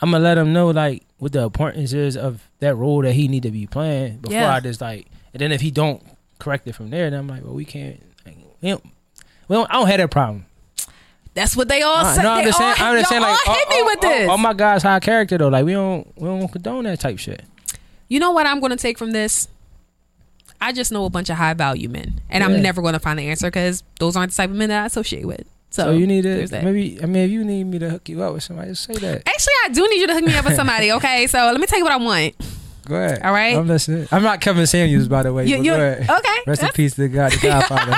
D: I'm gonna let him know, like, what the importance is of that role that he need to be playing before
B: Yeah.
D: I just like, and then if he don't correct it from there, then I'm like, well, we can't, like, we don't, we don't, I don't have that problem.
B: That's what they all
D: I-
B: say.
D: no,
B: Oh, they
D: I'm just saying,
B: all,
D: I'm just
B: y'all
D: saying, like,
B: all hit me
D: all-
B: with
D: all-
B: this.
D: All my guys high character though, like, we don't, we don't condone that type shit.
B: you know what I'm going to take from this? I just know a bunch of high value men, and I'm
D: Yeah.
B: never going to find the answer because those aren't the type of men that I associate with. So,
D: So, you need to
B: there's that.
D: maybe, I mean, if you need me to hook you up with somebody, just say that.
B: Actually, I do need you to hook me up with somebody. Okay, so let me tell you what I want.
D: Go ahead.
B: All right.
D: I'm listening. I'm not Kevin Samuels, by the way.
B: You,
D: but
B: you,
D: go ahead.
B: okay?
D: Rest in peace to the God, the Godfather.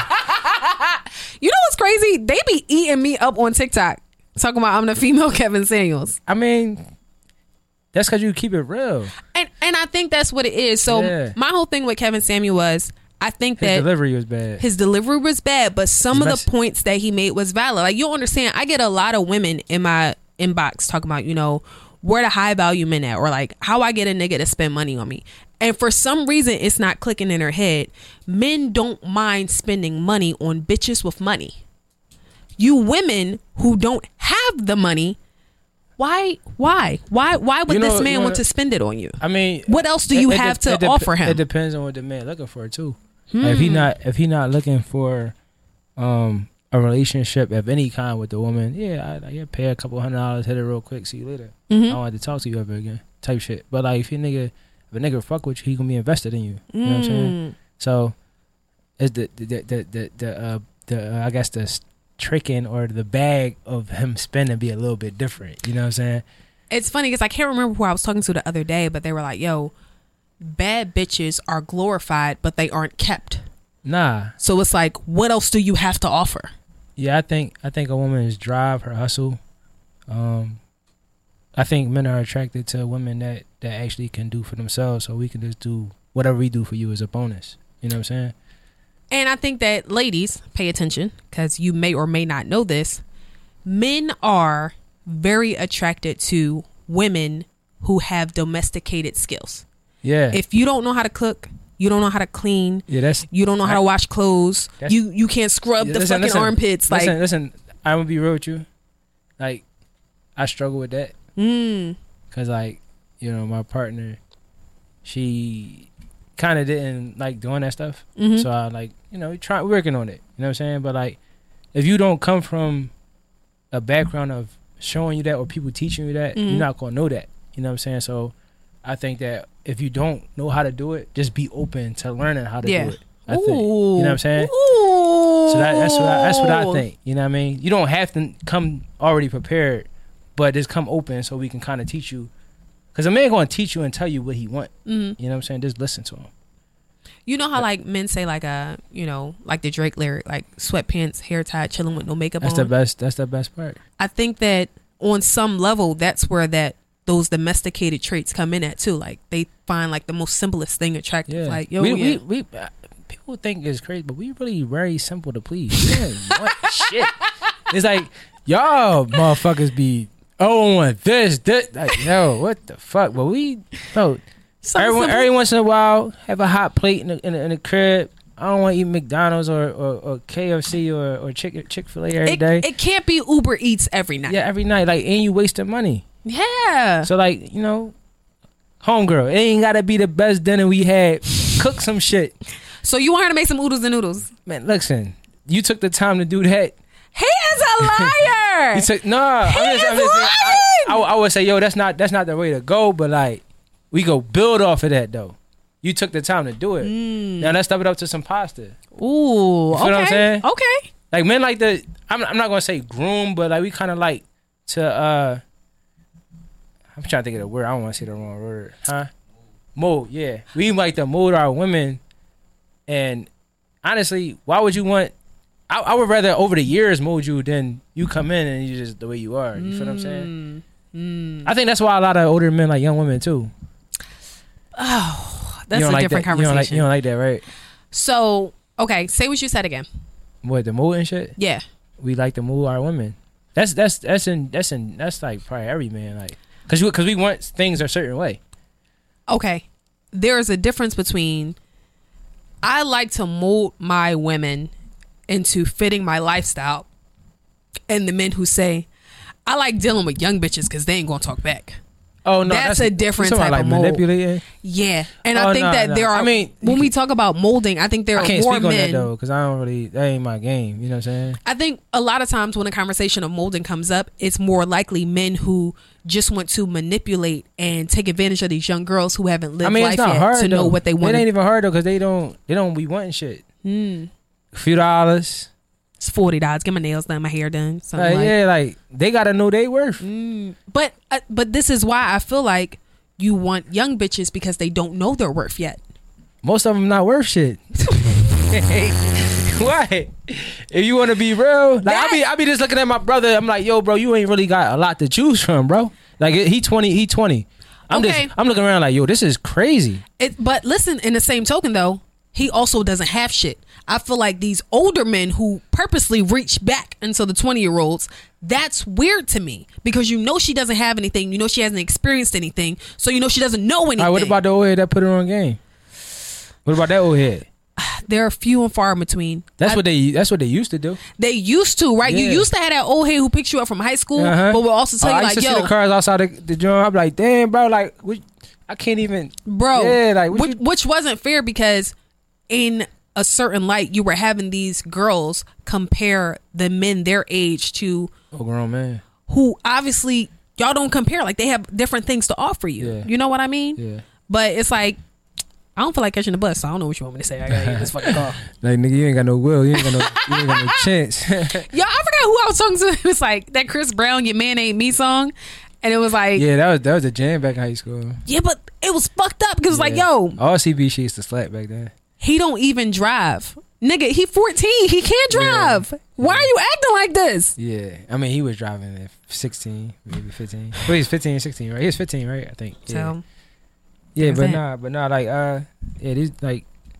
B: You know what's crazy? They be eating me up on TikTok talking about I'm the female Kevin Samuels,
D: I mean, that's because you keep it real. His
B: and and I think that's what it is. So
D: Yeah.
B: my whole thing with Kevin Samuel was I think that
D: delivery was bad.
B: his delivery was bad, but some
D: His
B: of
D: message-
B: the points that he made was valid. Like you don't understand. I get a lot of women in my inbox talking about, you know, where the high value men at, or like how I get a nigga to spend money on me. And for some reason, it's not clicking in her head. Men don't mind spending money on bitches with money. You women who don't have the money Why? Why? Why? Why would
D: You know-
B: this man
D: you know
B: want
D: that-
B: to spend it on you?
D: I mean,
B: What else do you have to
D: it dep-
B: offer him? Hmm.
D: It depends on what the man looking for too. Like, if he not if he not looking for um a relationship of any kind with the woman, yeah, I, I yeah, pay a couple hundred dollars, hit it real quick, see you later.
B: Mm-hmm.
D: I don't have to talk to you ever again, type shit. But like if you nigga if a nigga fuck with you, he gonna be invested in you. You know what
B: Hmm. Mm.
D: I'm saying? So it's the the the the the, the, uh, the uh, I guess the s- tricking or the bag of him spending be a little bit different. You know what I'm saying?
B: It's funny because I can't remember who I was talking to the other day, but they were like, "Yo, bad bitches are glorified, but they aren't kept."
D: Nah,
B: So it's like, what else do you have to offer?
D: Yeah, I think I think a woman's drive, her hustle. Um, I think men are attracted to women that that actually can do for themselves. So we can just do whatever we do for you is a bonus. You know what I'm saying?
B: And I think that ladies pay attention because you may or may not know this. Men are very attracted to women who have domesticated skills.
D: Yeah.
B: If you don't know how to cook, you don't know how to clean,
D: yeah, that's
B: you don't know how to wash clothes,
D: That's-
B: you you can't scrub
D: Yeah,
B: the fucking armpits. Like,
D: listen, listen, I'm gonna be real with you. Like, I struggle with that. Mm. Cause like, you know, my partner, she kind of didn't like doing that stuff.
B: Mm-hmm.
D: So I like, you know, we try working on it. You know what I'm saying? But like, if you don't come from a background of showing you that or people teaching you that,
B: Mm-hmm.
D: you're not gonna know that. You know what I'm saying? So I think that if you don't know how to do it, just be open to learning how to
B: yeah.
D: do it. I think. You know what I'm saying?
B: Ooh.
D: So that, that's what I, that's what
B: Oh.
D: I think. You know what I mean? You don't have to come already prepared, but just come open so we can kind of teach you. Because a man gonna teach you and tell you what he want.
B: Mm-hmm.
D: You know what I'm saying? Just listen to him.
B: You know how like men say like uh you know like the Drake lyric like sweatpants, hair tied, chilling with no makeup
D: That's
B: on.
D: the best. That's the best part.
B: I think that on some level, that's where that those domesticated traits come in at too. Like they find like the most simplest thing attractive.
D: Yeah.
B: Like yo,
D: we,
B: yeah.
D: we we uh, people think it's crazy, but we really very simple to please. Yeah, what shit? It's like y'all motherfuckers be oh I want this this like yo what the fuck? But we no.
B: Something
D: everyone,
B: simple.
D: every once in a while, have a hot plate in the, in the, in the crib. I don't want to eat McDonald's or, or, or KFC or, or Chick Chick Fil A every
B: it,
D: day.
B: it can't be Uber Eats every night.
D: yeah, every night. Like, and you wasting money.
B: Yeah.
D: So like, you know, homegirl, it ain't gotta be the best dinner we had. Cook some shit,
B: So you want her to make some oodles and noodles?
D: man. Listen, you took the time to do that.
B: He is a liar.
D: You took no. I'm
B: He
D: just- I'm
B: is
D: just saying, I, I, I would say, yo, that's not that's not the way to go. But like, we go build off of that though. You took the time to do it.
B: Mm.
D: Now let's step it up to some pasta.
B: Ooh.
D: feel what I'm
B: Okay.
D: saying?
B: Okay.
D: like men like the I'm, I'm not gonna say groom, but like we kind of like to uh I'm trying to think of the word. I don't want to say the wrong word, huh? Mold, yeah. We like to mold our women, and honestly, why would you want? I, I would rather over the years mold you than you come in and you just the way you are. You feel what I'm saying?
B: Mm,
D: I think that's why a lot of older men like young women too.
B: That's
D: you
B: a
D: don't like
B: different
D: that.
B: conversation.
D: You don't, like, you don't like that, right?
B: so okay, say what you said again.
D: What the mold and shit?
B: Yeah.
D: we like to move our women. That's that's that's in that's in that's like probably every man like because because we want things a certain way.
B: okay, there is a difference between I like to mold my women into fitting my lifestyle and the men who say, I like dealing with young bitches because they ain't gonna talk back.
D: Oh no,
B: That's a different
D: you talking
B: type
D: about,
B: of
D: like
B: mold.
D: manipulating.
B: Yeah. And I
D: Oh,
B: think
D: no,
B: that
D: no.
B: there are,
D: I mean,
B: when we talk about molding, I think there
D: I
B: are
D: can't
B: more
D: speak on that
B: men.
D: though because I don't really that ain't my game. You know what I'm saying?
B: I think a lot of times when a conversation of molding comes up, it's more likely men who just want to manipulate and take advantage of these young girls who haven't lived
D: I mean,
B: life
D: it's not
B: yet
D: hard
B: to know
D: though.
B: what they want.
D: It ain't even hard though because they don't they don't be wanting shit.
B: Hmm.
D: A few dollars,
B: It's forty dollars. Get my nails done, my hair done, something
D: like,
B: like
D: yeah, like they gotta know they worth.
B: But uh, but this is why I feel like you want young bitches because they don't know their worth yet.
D: Most of them not worth shit. what? If you want to be real, like I be I be just looking at my brother. I'm like, yo, bro, you ain't really got a lot to choose from, bro. Like he twenty, he twenty. I'm
B: Okay.
D: just I'm looking around like, yo, this is crazy.
B: It, but listen, in the same token though, he also doesn't have shit. I feel like these older men who purposely reach back into the 20 year olds, that's weird to me because you know she doesn't have anything. You know she hasn't experienced anything. So you know she doesn't know anything.
D: All right, what about the old head that put it on game? What about that old head?
B: They're few and far between.
D: That's
B: I-
D: what they. That's what they used to do.
B: they used to, right? You
D: Yeah.
B: used to have that old head who picks you up from high school,
D: Uh-huh.
B: but will also tell
D: Oh, I
B: you
D: used
B: like,
D: to see
B: yo,
D: the cars outside the, the joint. I'm like, damn, bro, like, what, I can't even,
B: bro.
D: Yeah, like, what
B: which,
D: you-
B: which wasn't fair because in a certain light, you were having these girls compare the men their age to
D: oh, grown man.
B: who obviously y'all don't compare. Like they have different things to offer you.
D: Yeah.
B: You know what I mean?
D: Yeah.
B: But it's like I don't feel like catching the bus, so I don't know what you want me to say. I gotta get this fucking car.
D: Like, nigga, you ain't got no will. You ain't got no, you ain't got no chance.
B: Yo, I forgot who I was talking to. It was like that Chris Brown, "Your Man Ain't Me" song, and it was like, yeah,
D: yeah, that was that was a jam back in high school.
B: but it was fucked up because it was like,
D: Yeah.
B: yo,
D: all CB she used to slap back then.
B: he don't even drive, nigga. He fourteen, he can't drive. Why are you acting like this?
D: Yeah, I mean, he was driving at 16, maybe 15. Well, he's 15, 16, right? He was 15, right? I think. Yeah.
B: So
D: Yeah, but
B: Understand.
D: nah, but nah, like uh, yeah, these like,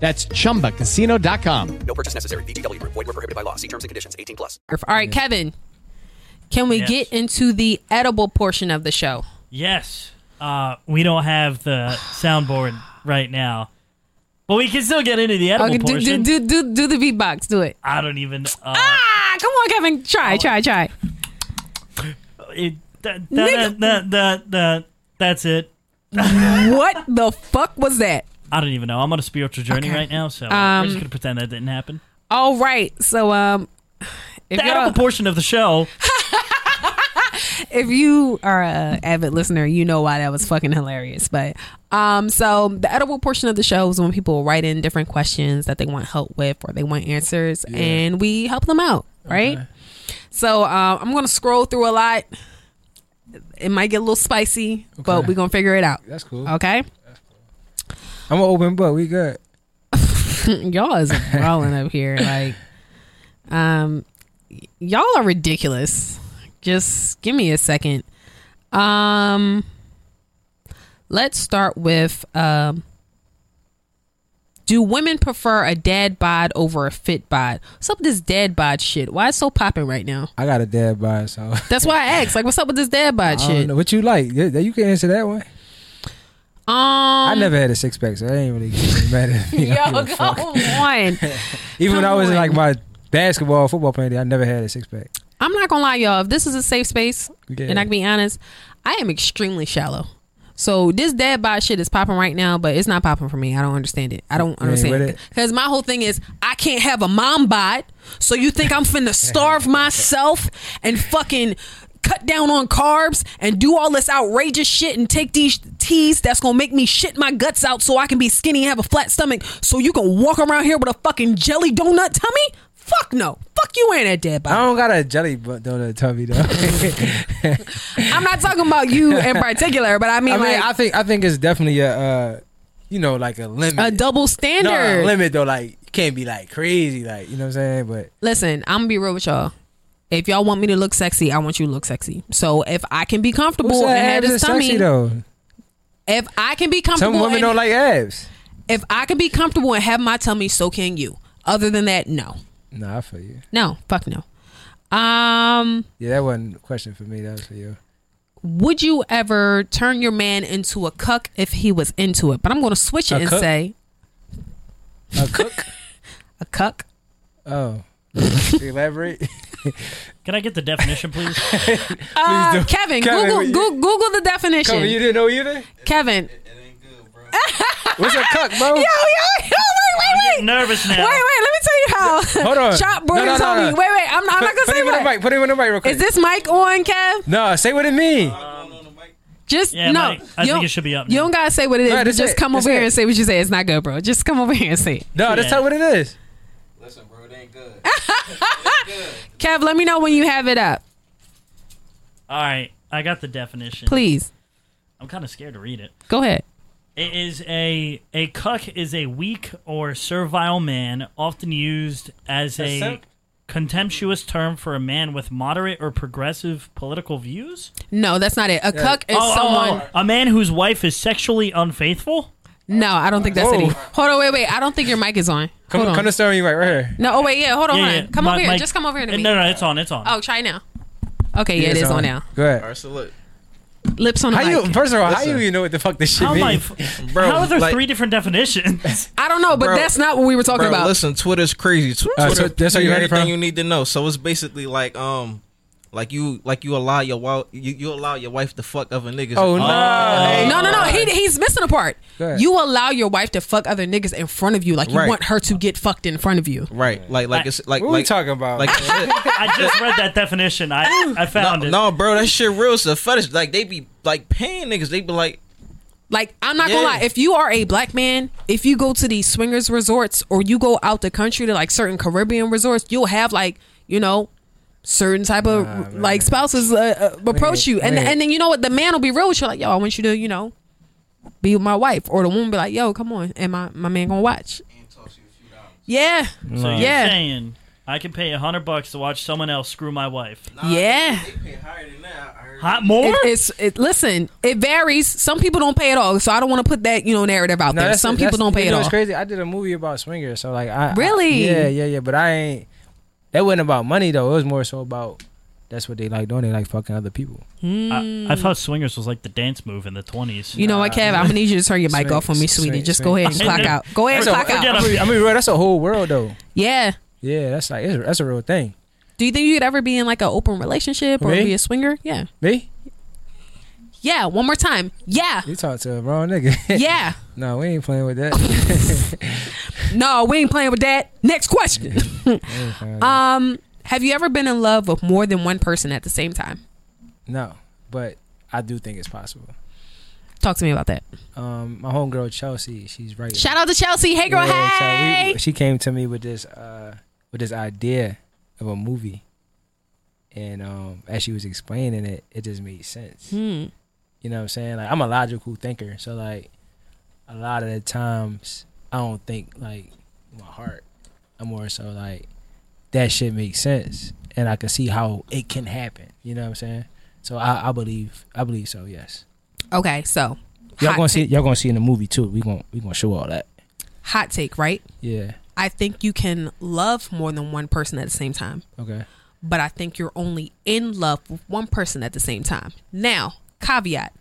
E: That's chumbacasino.com.
B: All right, Kevin, can we
C: Yes.
B: get into the edible portion of the show?
C: Yes. Uh, we don't have the soundboard right now, but we can still get into the edible
B: Okay, do, do,
C: portion.
B: do, do, do the beatbox. Do it.
C: I don't even. Uh,
B: Ah, come on, Kevin. Try, try, try.
C: Uh, it, da, da, da,
B: Nigga.
C: da, da, da, that's it.
B: what the fuck was that?
C: I don't even know. I'm on a spiritual journey
B: Okay. Um,
C: right now, so we're just gonna pretend that didn't happen.
B: All right. So, um, if,
C: The edible
B: y'all,
C: portion of the show.
B: if you are a avid listener, you know why that was fucking hilarious. But, um, so the edible portion of the show is when people write in different questions that they want help with or they want answers, and we help them out, right? So, um, I'm gonna scroll through a lot. It might get a little spicy, but
D: Okay.
B: we're gonna figure it out.
D: That's cool.
B: Okay,
D: I'm an open book. We good.
B: y'all is rolling up here like um y- y'all are ridiculous just give me a second um let's start with um do women prefer a dad bod over a fit bod what's up with this dad bod shit why it's so popping right now
D: I got a dad bod, so
B: that's why i asked like what's up with this dad bod
D: I don't
B: shit
D: know what you like. Yeah, You can answer that one.
B: um
D: I never had a six pack, so I ain't really getting mad at me. I don't
B: yo
D: give a
B: come
D: fuck.
B: on
D: Even when I was in like
B: on.
D: my basketball, football playing, day, I never had a six pack.
B: I'm not gonna lie, y'all. If this is a safe space,
D: Yeah.
B: and I can be honest, I am extremely shallow. So this dad bod shit is popping right now, but it's not popping for me. I don't understand it. I don't
D: ain't with
B: understand
D: it?
B: because my whole thing is I can't have a mom bod. So you think I'm finna starve myself and fucking cut down on carbs and do all this outrageous shit and take these teas that's gonna make me shit my guts out so I can be skinny and have a flat stomach so you can walk around here with a fucking jelly donut tummy? Fuck no. Fuck you ain't a dead bod.
D: I don't got a jelly butt donut tummy though.
B: I'm not talking about you in particular, but I mean,
D: I mean,
B: like
D: I think I think it's definitely a, uh, you know, like a limit.
B: a double
D: no,
B: standard.
D: a limit though. Like you can't be like crazy, like you know what I'm saying. But
B: Listen, I'm gonna be real with y'all. If y'all want me to look sexy, I want you to look sexy. So if I can be comfortable and have
D: abs
B: this
D: is
B: tummy,
D: sexy though?
B: if I can be
D: Some
B: comfortable,
D: women
B: and-
D: don't like abs.
B: if I can be comfortable and have my tummy, so can you. Other than that, no,
D: Nah, I feel you.
B: no, fuck no. Um,
D: Yeah, that wasn't a question for me. That was for you.
B: would you ever turn your man into a cuck if he was into it? But I'm gonna switch it
D: A
B: and
D: cuck?
B: say
D: A cook?
B: a cuck.
D: oh, elaborate.
C: Can I get the definition, please?
B: Uh,
D: don't.
B: Kevin,
D: Kevin,
B: Google,
D: we-
B: Google, Google the definition.
D: Cover, you didn't know either.
B: Kevin.
D: What's a cuck, bro?
B: Yo, yo, yo, wait, wait,
C: I'm
B: wait.
C: nervous
B: Wait, wait,
C: now.
B: let me tell you how.
D: Hold on.
B: Chop
D: No,
B: Brogan
D: no, no,
B: told
D: no.
B: me. Wait, wait, I'm, I'm not going to
D: Put
B: say
D: him in the
B: what.
D: mic. Put him in the mic real quick.
B: Is this mic on, Kev?
D: no, say what it mean.
B: Just
C: Yeah,
B: no.
C: Mike, I
B: you
C: think
B: don't-
C: it should be up
B: You
C: now.
B: don't gotta say what it is.
D: Right,
B: but
D: that's
B: just
D: it,
B: come
D: that's
B: over here
D: it.
B: and say what you say. It's not good, bro. Just come over here and say it.
D: No, that's
C: Yeah.
D: not what it is.
B: Kev, let me know when you have it up,
C: All right, I got the definition.
B: please.
C: I'm kind of scared to read it.
B: Go ahead.
C: It is a a cuck is a weak or servile man, often used as a
D: Consent-
C: contemptuous term for a man with moderate or progressive political views.
B: No, that's not it. A cuck is
C: oh,
B: someone.
C: oh, a man whose wife is sexually unfaithful.
B: No, I don't think that's
D: Whoa.
B: it. Hold on, wait, wait. I don't think your mic is on.
D: Come,
B: hold on.
D: come to story right, right here.
B: no, oh wait, yeah. Hold on,
C: Yeah,
B: hold
C: yeah.
B: on. Come
C: My-
B: over here.
C: my-
B: Just come over here to
C: Uh,
B: me.
C: No, no, it's on. It's on.
B: Oh, try now. Okay, yeah, it is on. now.
D: um, Go ahead.
B: Lips on the
D: How
B: mic.
D: you? First of all, how you even know what the fuck this shit
C: How am I
D: means?
C: f-
D: Bro,
C: How are there
D: like-
C: three different definitions?
B: I don't know, but
I: Bro,
B: that's not what we were talking
I: Bro,
B: about.
I: listen, Twitter's crazy. Tw-
D: Uh,
I: Twitter,
D: so that's how you heard it
I: everything
D: from?
I: you need to know. So it's basically like um, like you like you allow your wife you, you allow your wife to fuck other niggas.
D: Oh no! Hey,
B: No, no, no. He, he's missing a part.
D: Go ahead.
B: You allow your wife to fuck other niggas in front of you, like you
I: Right.
B: want her to get fucked in front of you.
I: Right, like like it's like
D: What we
I: like
D: talking about?
I: Like shit.
C: I just read that definition. I I
I: no,
C: found it.
I: no, bro, that shit real. It's a fetish. Like they be like paying niggas. They be like,
B: Like I'm not gonna
I: Yeah.
B: lie, if you are a black man, if you go to these swingers resorts or you go out the country to like certain Caribbean resorts, you'll have like you know certain type of like spouses uh, uh, approach you, and
D: wait.
B: and then you know what, the man will be real with you, like yo, I want you to you know be with my wife, or the woman be like yo, come on, and my my man gonna watch. Yeah,
C: So you're
B: Yeah.
C: saying I can pay a hundred bucks to watch someone else screw my wife?
B: yeah.
C: Hot more?
B: It, it's it, listen. It varies. Some people don't pay at all, so I don't want to put that you know narrative out there.
D: that's-
B: Some
D: that's-
B: people don't pay
D: you
B: at
D: know,
B: all.
D: It's crazy. I did a movie about swingers, so like I I-
B: Really?
D: yeah, yeah, yeah. But I ain't. That wasn't about money though. It was more so about that's what they like doing. They like fucking other people.
C: I, I thought swingers was like the dance move in the twenties.
B: Mm. You know what, Kev? I'm gonna need you to turn your mic
D: Swing,
B: off for me,
D: swing,
B: sweetie. Just
D: swing.
B: go ahead and clock out. Go ahead and
D: That's
B: clock
D: a-
B: out.
D: I mean, I mean, bro, that's a whole world though.
B: Yeah.
D: Yeah, that's like it's, that's a real thing.
B: Do you think you could ever be in like an open relationship or
D: Me?
B: be a swinger? Yeah.
D: Me?
B: Yeah. One more time. Yeah.
D: You talk to a wrong nigga.
B: Yeah.
D: no, we ain't playing with that.
B: No, we ain't playing with that. Next question. um, have you ever been in love with more than one person at the same time?
D: no, but I do think it's possible.
B: Talk to me about that.
D: Um, my homegirl Chelsea, she's right.
B: Shout out to Chelsea. Hey, girl.
D: Yeah, so
B: hey.
D: we- she came to me with this uh, with this idea of a movie, and um, as she was explaining it, it just made sense.
B: Hmm.
D: You know what I'm saying? Like I'm a logical thinker, so like a lot of the times I don't think like my heart. I'm more so like that shit makes sense, and I can see how it can happen. You know what I'm saying? So I, I believe I believe so. Yes.
B: Okay. So.
D: Y'all
B: hot
D: gonna see
B: take-
D: y'all gonna see in the movie too. We gonna we gonna show all that.
B: Hot take, right?
D: Yeah.
B: I think you can love more than one person at the same time,
D: Okay.
B: but I think you're only in love with one person at the same time. Now, caveat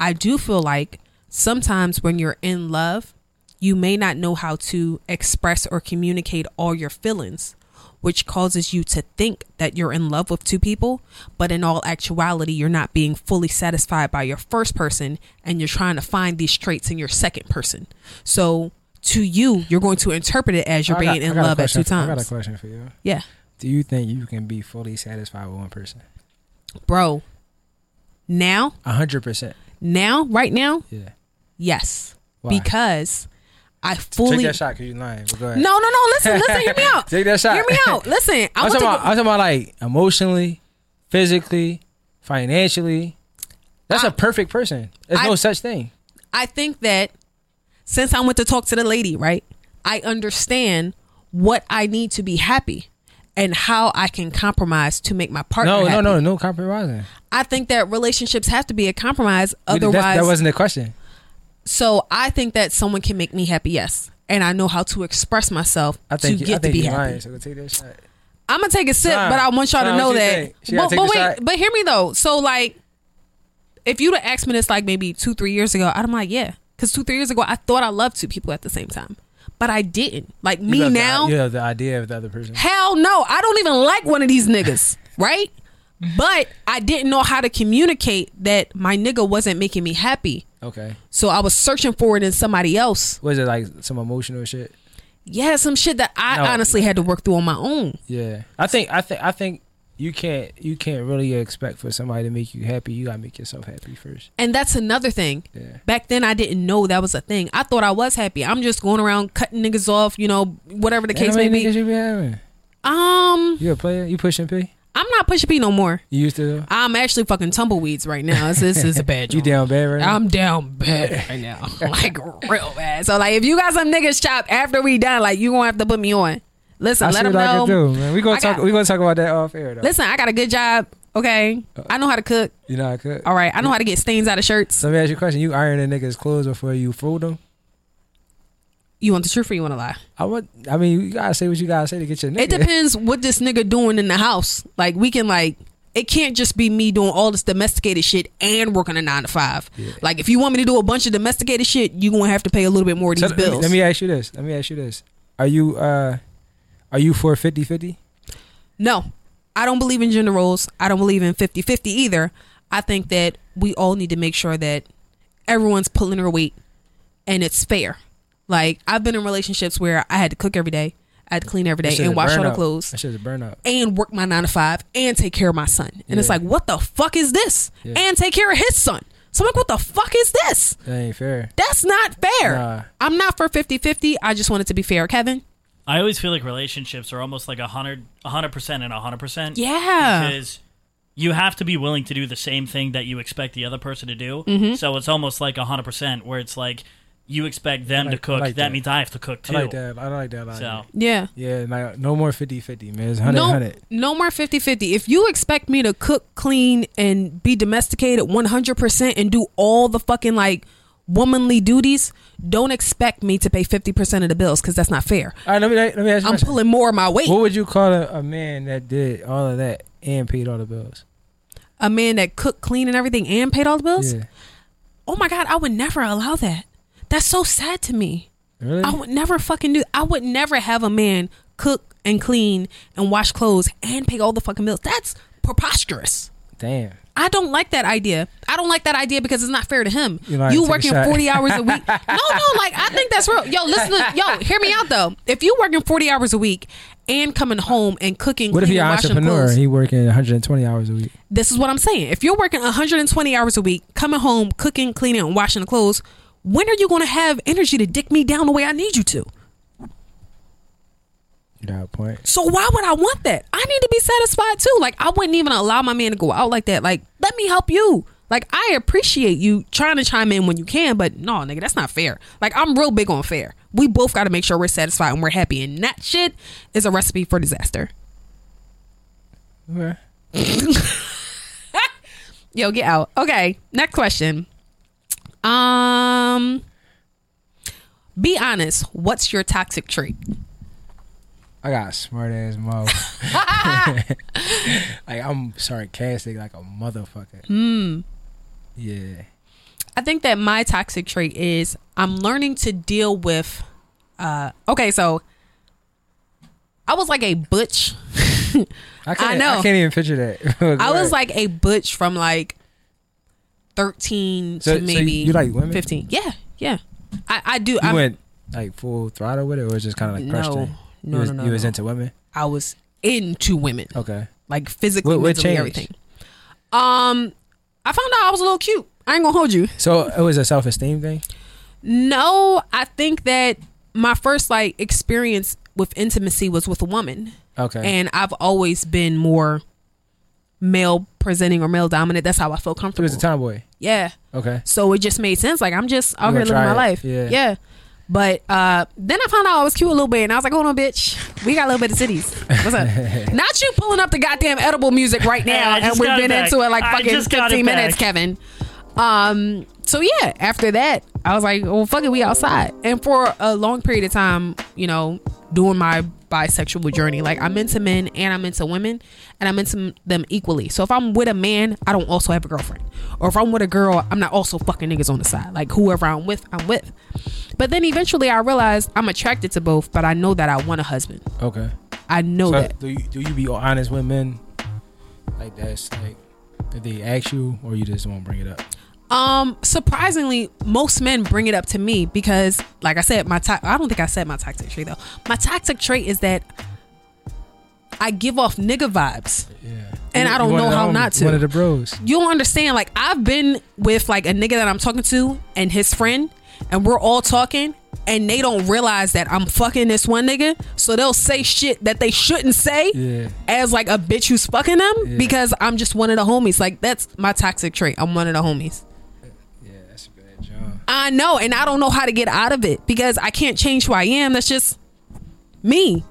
B: I do feel like sometimes when you're in love, you may not know how to express or communicate all your feelings, which causes you to think that you're in love with two people, but in all actuality, you're not being fully satisfied by your first person and you're trying to find these traits in your second person. So, to you, you're going to interpret it as you're
D: I got-
B: being
D: I
B: in
D: got a
B: love at
D: question
B: two
D: for- I got a
B: times.
D: question for you.
B: Yeah.
D: Do you think you can be fully satisfied with one person?
B: bro now
D: A hundred percent.
B: now right now
D: Yeah.
B: yes
D: Why?
B: because i
D: Take
B: fully
D: that shot because you're lying. But go ahead.
B: no no no Oh, listen listen hear me out
D: Take that shot.
B: hear me out listen i
D: I'm
B: want
D: talking,
B: to
D: about, I'm talking about like emotionally, physically, financially. That's a
B: I-
D: perfect person. There's no
B: I-
D: such thing.
B: I think that since I went to talk to the lady, right, I understand what I need to be happy and how I can compromise to make my partner
D: No, no,
B: happy.
D: no, no compromising.
B: I think that relationships have to be a compromise.
D: We- that's-
B: Otherwise,
D: that wasn't the question.
B: so I think that someone can make me happy, yes. And I know how to express myself
D: I think
B: to
D: you,
B: get
D: I think
B: to be
D: you're
B: happy.
D: lying. So go take that shot.
B: I'm gonna take a sip,
D: Fine.
B: but I want y'all to
D: Fine,
B: know
D: what you
B: that.
D: think? She gotta
B: But,
D: take
B: but
D: the
B: wait,
D: shot?
B: but hear me though. So like, if you'd have asked me this like maybe two, three years ago, I'd have been like, yeah, because two, three years ago, I thought I loved two people at the same time, but I didn't. Like
D: You
B: me
D: love the-
B: now,
D: you have the idea of the other person.
B: hell no, I don't even like one of these niggas, right? But I didn't know how to communicate that my nigga wasn't making me happy,
D: Okay.
B: so I was searching for it in somebody else.
D: Was it like some emotional shit?
B: Yeah, some shit that I
D: No.
B: honestly had to work through on my own.
D: Yeah, I think I think I think you can't you can't really expect for somebody to make you happy. You gotta make yourself happy first.
B: And that's another thing.
D: Yeah.
B: Back then, I didn't know that was a thing. I thought I was happy. I'm just going around cutting niggas off, you know, whatever the
D: How
B: case may
D: many niggas
B: be.
D: you be having?
B: Um,
D: You a player? You pushing P?
B: I'm I'm not Pusha P no more.
D: You used to?
B: I'm actually fucking tumbleweeds right now. This, this is a bad
D: You
B: joint.
D: down bad right now?
B: I'm down bad right now. like real bad. So like if you got some niggas chop after we done, like you gonna have to put me on. Listen,
D: I
B: let
D: see
B: them
D: what I
B: know.
D: can do, man. We
B: I
D: gonna talk.
B: got-
D: we gonna talk about that off air though.
B: Listen, I got a good job. Okay,
D: Uh,
B: I know how to cook.
D: you know I could.
B: All right, I know how to get stains out of shirts.
D: So let me ask you a question. You iron a nigga's clothes before you fold them?
B: You want the truth or you want to lie?
D: I want. I mean, you gotta say what you gotta say to get your nigga.
B: It depends what this nigga doing in the house. Like we can like it can't just be me doing all this domesticated shit and working a nine to five. Like if you want me to do a bunch of domesticated shit, you gonna have to pay a little bit more of
D: So
B: these
D: let, me,
B: bills.
D: let me ask you this. Let me ask you this. Are you uh, are you for 50-50?
B: no, I don't believe in gender roles. I don't believe in 50-50 either. I think that we all need to make sure that everyone's pulling their weight and it's fair. Like I've been in relationships where I had to cook every day, I had to clean every day, and wash all the clothes.
D: That shit's a burnout.
B: and work my nine to five and take care of my son. And it's
D: Yeah.
B: like, what the fuck is this?
D: Yeah.
B: And take care of his son. So I'm like, what the fuck is this?
D: That ain't fair.
B: That's not fair.
D: Nah.
B: I'm not for 50 50. I just want it to be fair, Kevin.
C: I always feel like relationships are almost like a hundred, a hundred percent and a hundred percent.
B: Yeah.
C: Because you have to be willing to do the same thing that you expect the other person to do.
B: Mm-hmm.
C: So it's almost like a hundred percent where it's like you expect them
D: I like-
C: to cook.
D: I like
C: that,
D: that.
C: means I have to cook too.
D: I like that. I like that. a lot.
C: So
B: Yeah.
D: Yeah, like, no more 50-50, man. It's 100
B: No,
D: 100.
B: no more 50 50. If you expect me to cook, clean, and be domesticated 100% and do all the fucking like womanly duties, don't expect me to pay 50% of the bills because that's not fair.
D: All right, let me let me ask you. a
B: I'm
D: question.
B: pulling more of my weight.
D: What would you call a, a man that did all of that and paid all the bills?
B: A man that cooked, clean, and everything and paid all the bills?
D: Yeah,
B: oh my god i would never allow that that's so sad to me
D: really?
B: i would never fucking do i would never have a man cook and clean and wash clothes and pay all the fucking bills that's preposterous
D: Damn.
B: I don't like that idea. I don't like that idea because it's not fair to him.
D: You lying,
B: You
D: take a
B: working
D: shot.
B: forty hours a week. No, no, like I think that's real. Yo, listen, to, yo, hear me out though. If you working forty hours a week and coming home and cooking,
D: What if
B: cleaning,
D: you're an
B: washing
D: entrepreneur
B: clothes,
D: and he working 120 hours a week?
B: this is what I'm saying. If you're working 120 hours a week, coming home, cooking, cleaning, and washing the clothes, when are you going to have energy to dick me down the way I need you to?
D: You got a point.
B: So why would I want that? I need to be satisfied too. Like I wouldn't even allow my man to go out like that. Like let me help you. Like I appreciate you trying to chime in when you can, but no, nigga, that's not fair. Like I'm real big on fair. We both got to make sure we're satisfied and we're happy, and that shit is a recipe for disaster.
D: Okay.
B: Yo, get out. Okay, next question. Um, be honest. What's your toxic trait?
D: I got a smart ass mouth. like I'm sarcastic like a motherfucker. Mm. Yeah.
B: I think that my toxic trait is I'm learning to deal with. Uh, okay, so I was like a butch.
D: I, can't,
B: know.
D: I can't even picture that.
B: I was
D: Right.
B: like a butch from like 13
D: So-
B: to
D: so you-
B: maybe
D: you like women?
B: 15. Yeah, yeah. I, I do.
D: you
B: I'm,
D: went like full throttle with it, or was just kind of like crushed
B: No.
D: it?
B: No,
D: you was,
B: no, no,
D: You was
B: no.
D: into women.
B: I was into women.
D: Okay.
B: like physically,
D: What- what
B: mentally,
D: changed?
B: everything. Um, I found out I was a little cute. I ain't gonna hold you.
D: So it was a self esteem thing.
B: No, I think that my first like experience with intimacy was with a woman,
D: Okay.
B: and I've always been more male presenting or male dominant. That's how I feel
D: you
B: comfortable.
D: was a tomboy.
B: yeah,
D: Okay.
B: so it just made sense. Like I'm just out
D: gonna
B: here living
D: try
B: my
D: it.
B: life.
D: Yeah.
B: yeah. But uh, then I found out I was cute a little bit, and I was like, "Hold on, bitch, we got a little bit of cities. What's up? Not you pulling up the goddamn edible music right now,
C: I
B: and
C: just
B: we've
C: got it
B: been
C: back.
B: into it like
C: I
B: fucking
C: just got it
B: fifteen minutes,
C: back.
B: Kevin. Um, so yeah, after that, I was like, "Well, fuck it, we outside." And for a long period of time, you know, doing my bisexual journey, like I'm into men and I'm into women, and I'm into them equally. So if I'm with a man, I don't also have a girlfriend, or if I'm with a girl, I'm not also fucking niggas on the side. Like whoever I'm with, I'm with. But then eventually, I realized I'm attracted to both, but I know that I want a husband.
D: Okay.
B: I know
D: So
B: that.
D: do you do you be honest with men? Like that's like if they ask you, or you just won't bring it up.
B: Um, surprisingly, most men bring it up to me because, like I said, my to- I don't think I said my toxic trait though. My toxic trait is that I give off nigga vibes,
D: Yeah.
B: and
D: You-
B: I
D: you
B: don't
D: wanted
B: know
D: the
B: how
D: homie,
B: not
D: you
B: to.
D: Wanted the bros.
B: you don't understand. Like I've been with like a nigga that I'm talking to and his friend, and we're all talking, and they don't realize that I'm fucking this one nigga, so they'll say shit that they shouldn't say
D: Yeah.
B: as like a bitch who's fucking them because I'm just one of the homies. Like that's my toxic trait. I'm one of the homies.
D: Yeah, that's a bad job.
B: I know, and I don't know how to get out of it because I can't change who I am. That's just me.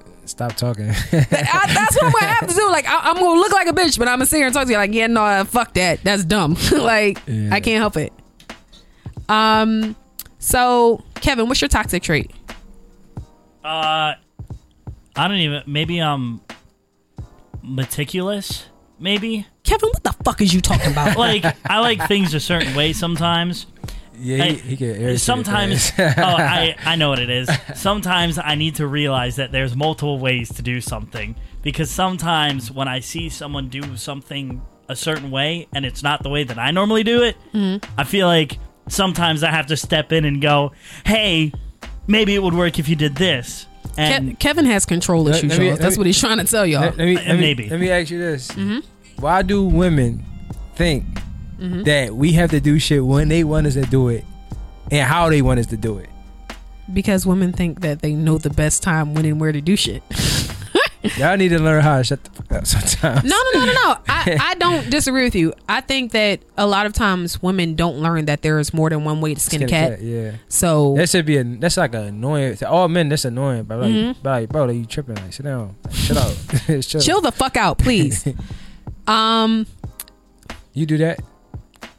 D: Stop talking.
B: I, that's what I'm gonna have to do. Like I, I'm gonna look like a bitch, but I'm gonna sit here and talk to you. Like yeah, no, uh, fuck that. That's dumb. like
D: Yeah.
B: I can't help it. Um. So Kevin, what's your toxic trait?
C: Uh, I don't even. Maybe I'm meticulous. Maybe
B: Kevin, what the fuck is you talking about?
C: like I like things a certain way sometimes.
D: yeah,
C: Hey,
D: he, he get irritated.
C: sometimes oh, I, I know what it is sometimes i need to realize that there's multiple ways to do something because sometimes when i see someone do something a certain way and it's not the way that i normally do it i feel like sometimes i have to step in and go hey maybe it would work if you did this and
B: Ke- Kevin has control
D: Let-
B: issues.
D: let me-
B: y'all.
D: let
B: That's
D: me-
B: what he's trying to tell y'all.
D: let, let me, let me-
C: maybe.
D: Let me ask you this:
B: Mm-hmm.
D: Why do women think that we have to do shit when they want us to do it and how they want us to do it?
B: because women think that they know the best time when and where to do shit.
D: Y'all need to learn how to shut the fuck up sometimes.
B: No, no, no, no, no. I, I don't disagree with you. I think that a lot of times women don't learn that there is more than one way to skin, a cat.
D: Yeah,
B: So
D: that should be a, that's like an annoying. To all men, that's annoying. But like, but like, bro, like, you tripping? Like, sit down, like, chill out, chill.
B: chill the fuck out, please. um,
D: You do that?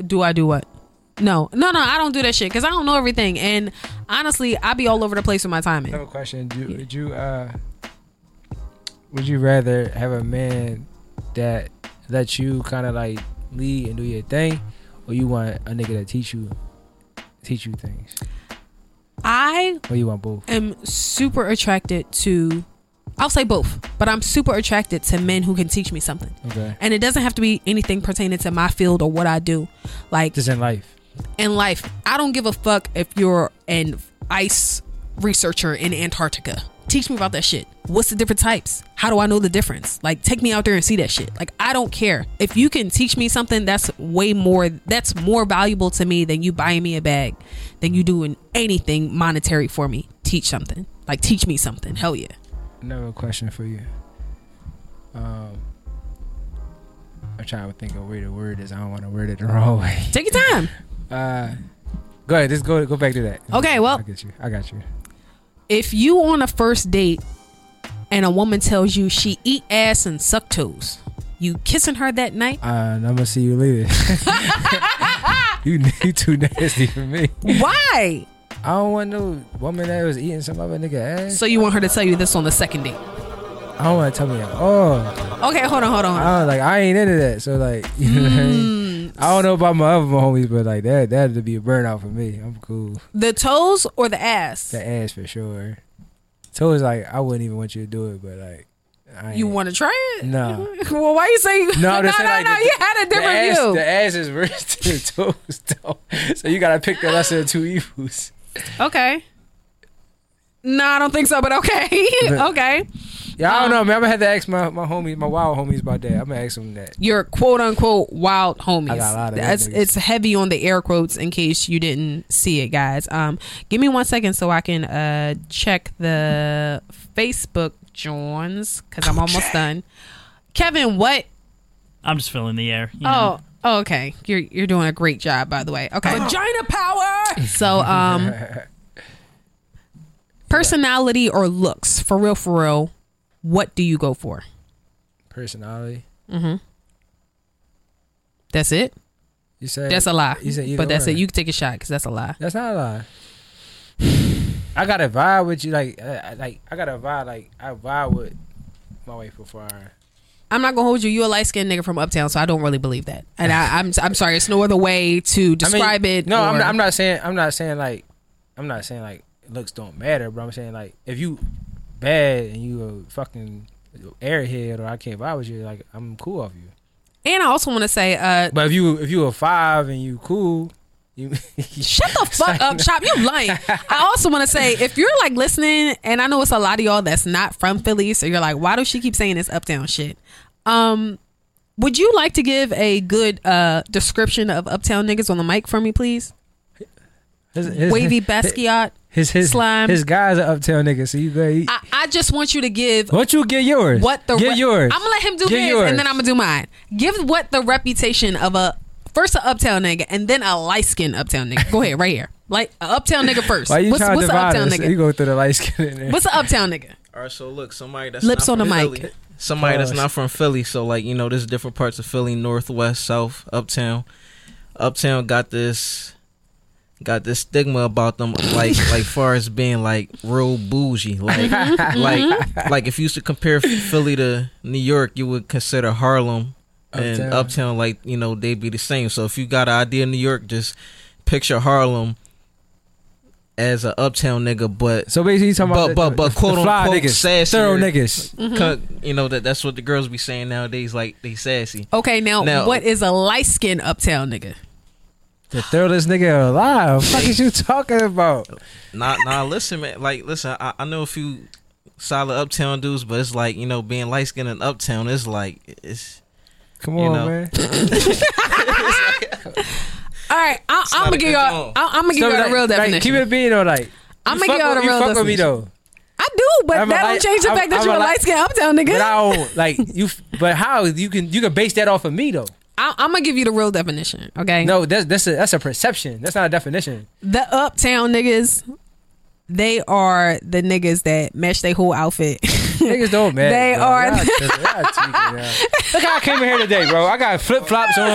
B: do I do what? No, no, no. I don't do that shit because I don't know everything. And honestly, I be all over the place with my
D: I have
B: timing.
D: a question. Do, Would you uh, would you rather have a man that lets you kind of like lead and do your thing, or you want a nigga that teach you teach you things,
B: I
D: or you want both?
B: am super attracted to. I'll say both, but I'm super attracted to men who can teach me something.
D: Okay,
B: And it doesn't have to be anything pertaining to my field or what I do. Like
D: just in life.
B: in life, I don't give a fuck if you're an ice researcher in Antarctica. Teach me about that shit. What's the different types? How do I know the difference? Like, take me out there and see that shit. Like, I don't care. If you can teach me something, that's way more, that's more valuable to me than you buying me a bag, than you doing anything monetary for me. Teach something. Like, teach me something. Hell yeah.
D: Another question for you. Um, I'm trying to think of where the word is. I don't want to word it the wrong way.
B: Take your time.
D: Uh, go ahead. Just go go back to that.
B: Okay, well-
D: I get you. I got you.
B: if you on a first date and a woman tells you she eat ass and suck toes, you kissing her that night?
D: Uh, and I'm gonna see you later. you you too nasty for me.
B: Why?
D: I don't want no woman that was eating some other nigga ass.
B: So you want her to tell you this on the second date?
D: I don't want to tell me at all.
B: Okay, hold on, hold on.
D: I don't, like I ain't into that. So like, you know what I mean?
B: Hmm.
D: I don't know about my other homies, but like that that'd be a burnout for me. I'm cool.
B: the toes or the ass?
D: The ass for sure. So it's like I wouldn't even want you to do it, but like, I
B: You
D: ain't-
B: want to try it?
D: No.
B: well, why you say?
D: No, I'm
B: no,
D: just
B: no,
D: saying, like,
B: no.
D: the-
B: You had a
D: the
B: different
D: ass,
B: view.
D: The ass is worse than the toes, though. So you gotta pick the lesser of two evils.
B: okay. No, I don't think so. But okay,
D: But-
B: okay.
D: Yeah,
B: Um,
D: I don't know, man. I'm gonna have to ask my, my homies, my wild homies about that. I'm gonna ask them that.
B: Your quote unquote wild homies.
D: I got a lot of them
B: That's-
D: niggas.
B: it's heavy on the air quotes in case you didn't see it, guys. Um, give me one second so I can uh check the Facebook joins because I'm almost done. Kevin, what
C: i'm just filling the air you know.
B: Oh, oh, okay. You're you're doing a great job, by the way. Okay, vagina power. So, um, personality or looks, for real, for real. What do you go for?
D: Personality.
B: That's it.
D: You said
B: That's a lie.
D: Uh, You said either
B: But that's
D: or.
B: it. You can take a shot because that's a lie.
D: That's not a lie. I got a vibe with you, like, uh, I- like I got a vibe, like I vibe with my wife before. I,
B: I'm not gonna hold you. You're a light skinned nigga from uptown, so I don't really believe that. And I, I'm I'm sorry. It's no other way to
D: I mean,
B: describe it.
D: No, I'm
B: or-
D: not, I'm not saying. I'm not saying like. I'm not saying like looks don't matter, but I'm saying like if you bad and you a fucking airhead or I can't vibe with you, like I'm cool off you.
B: And I also want to say, uh,
D: But if you if you a five and you cool, you
B: Shut the fuck up, Chop. You lying. I also want to say, if you're like listening, and I know it's a lot of y'all that's not from Philly, so you're like, why does she keep saying this uptown shit? Um, would you like to give a good uh description of uptown niggas on the mic for me, please?
D: His- his-
B: Wavy Basquiat.
D: His his
B: Slime.
D: his guys are uptown niggas. So you go. He,
B: I, I just want you to give
D: what you get yours?
B: what the
D: get yours?
B: I'm gonna let him do
D: Get
B: his,
D: yours.
B: and then I'm gonna do mine. Give what the reputation of a first an uptown nigga, and then a light skinned uptown nigga. Go ahead, right here, like a uptown nigga first.
D: Why you
B: what's
D: trying
B: what's
D: to
B: an
D: divide
B: uptown
D: us?
B: nigga?
D: You go through the light skin in there.
B: What's an uptown nigga?
I: All right, so look, somebody that's
B: Lips
I: not E. from
B: on the mic.
I: Philly- Somebody that's
D: Pause.
I: not from Philly, so like you know, there's different parts of Philly, northwest, south, uptown. Uptown got this, got this stigma about them, like like far as being like real bougie, like like like if you used to compare Philly to New York, you would consider Harlem and
D: Uptown.
I: uptown. like you know they be the same. So if you got an idea of New York, just picture Harlem as a uptown nigga, but
D: so basically, you talking
I: But-
D: about
I: but- but
D: the, the
I: quote,
D: fly
I: unquote,
D: niggas,
I: sassier-
D: thorough niggas.
B: Mm-hmm.
I: Cut, you know that that's what the girls be saying nowadays. Like they sassy.
B: Okay, now,
I: Now-
B: what is a light skinned uptown nigga?
D: The thoroughest nigga alive. What the fuck is you talking about?
I: Nah, nah. Listen, man. Like, listen. I, I know a few solid uptown dudes, but it's like you know, being light skinned in uptown is like it's.
D: Come on,
I: You know.
D: man.
B: All right, I, I'm
I: not
B: gonna
I: a
B: give
I: good
B: y'all.
I: song.
B: I, I'm gonna give
D: So,
B: y'all the
D: like-
B: real definition.
D: Like, keep it being though, like.
B: I'ma
D: you
B: give
D: fuck
B: y'all the
D: with- you
B: real
D: fuck with me
B: definition.
D: though.
B: I do, but
D: I'm a
B: that
D: light-
B: don't change the
D: I'm-
B: fact that
D: I'm
B: you a
D: a light-
B: light skinned uptown
D: But
B: nigga.
D: I don't like you. f- But how you can you can base that off of me though?
B: I, I'm gonna give you the real definition. Okay,
D: No, that's that's a that's a perception. That's not a definition.
B: the uptown niggas, they are the niggas that match their whole outfit.
D: Niggas don't man.
B: They
D: bro.
B: are-
D: Y'all tripping. Y'all tweaking, y'all. Look how I came in here today, bro. I got flip flops on.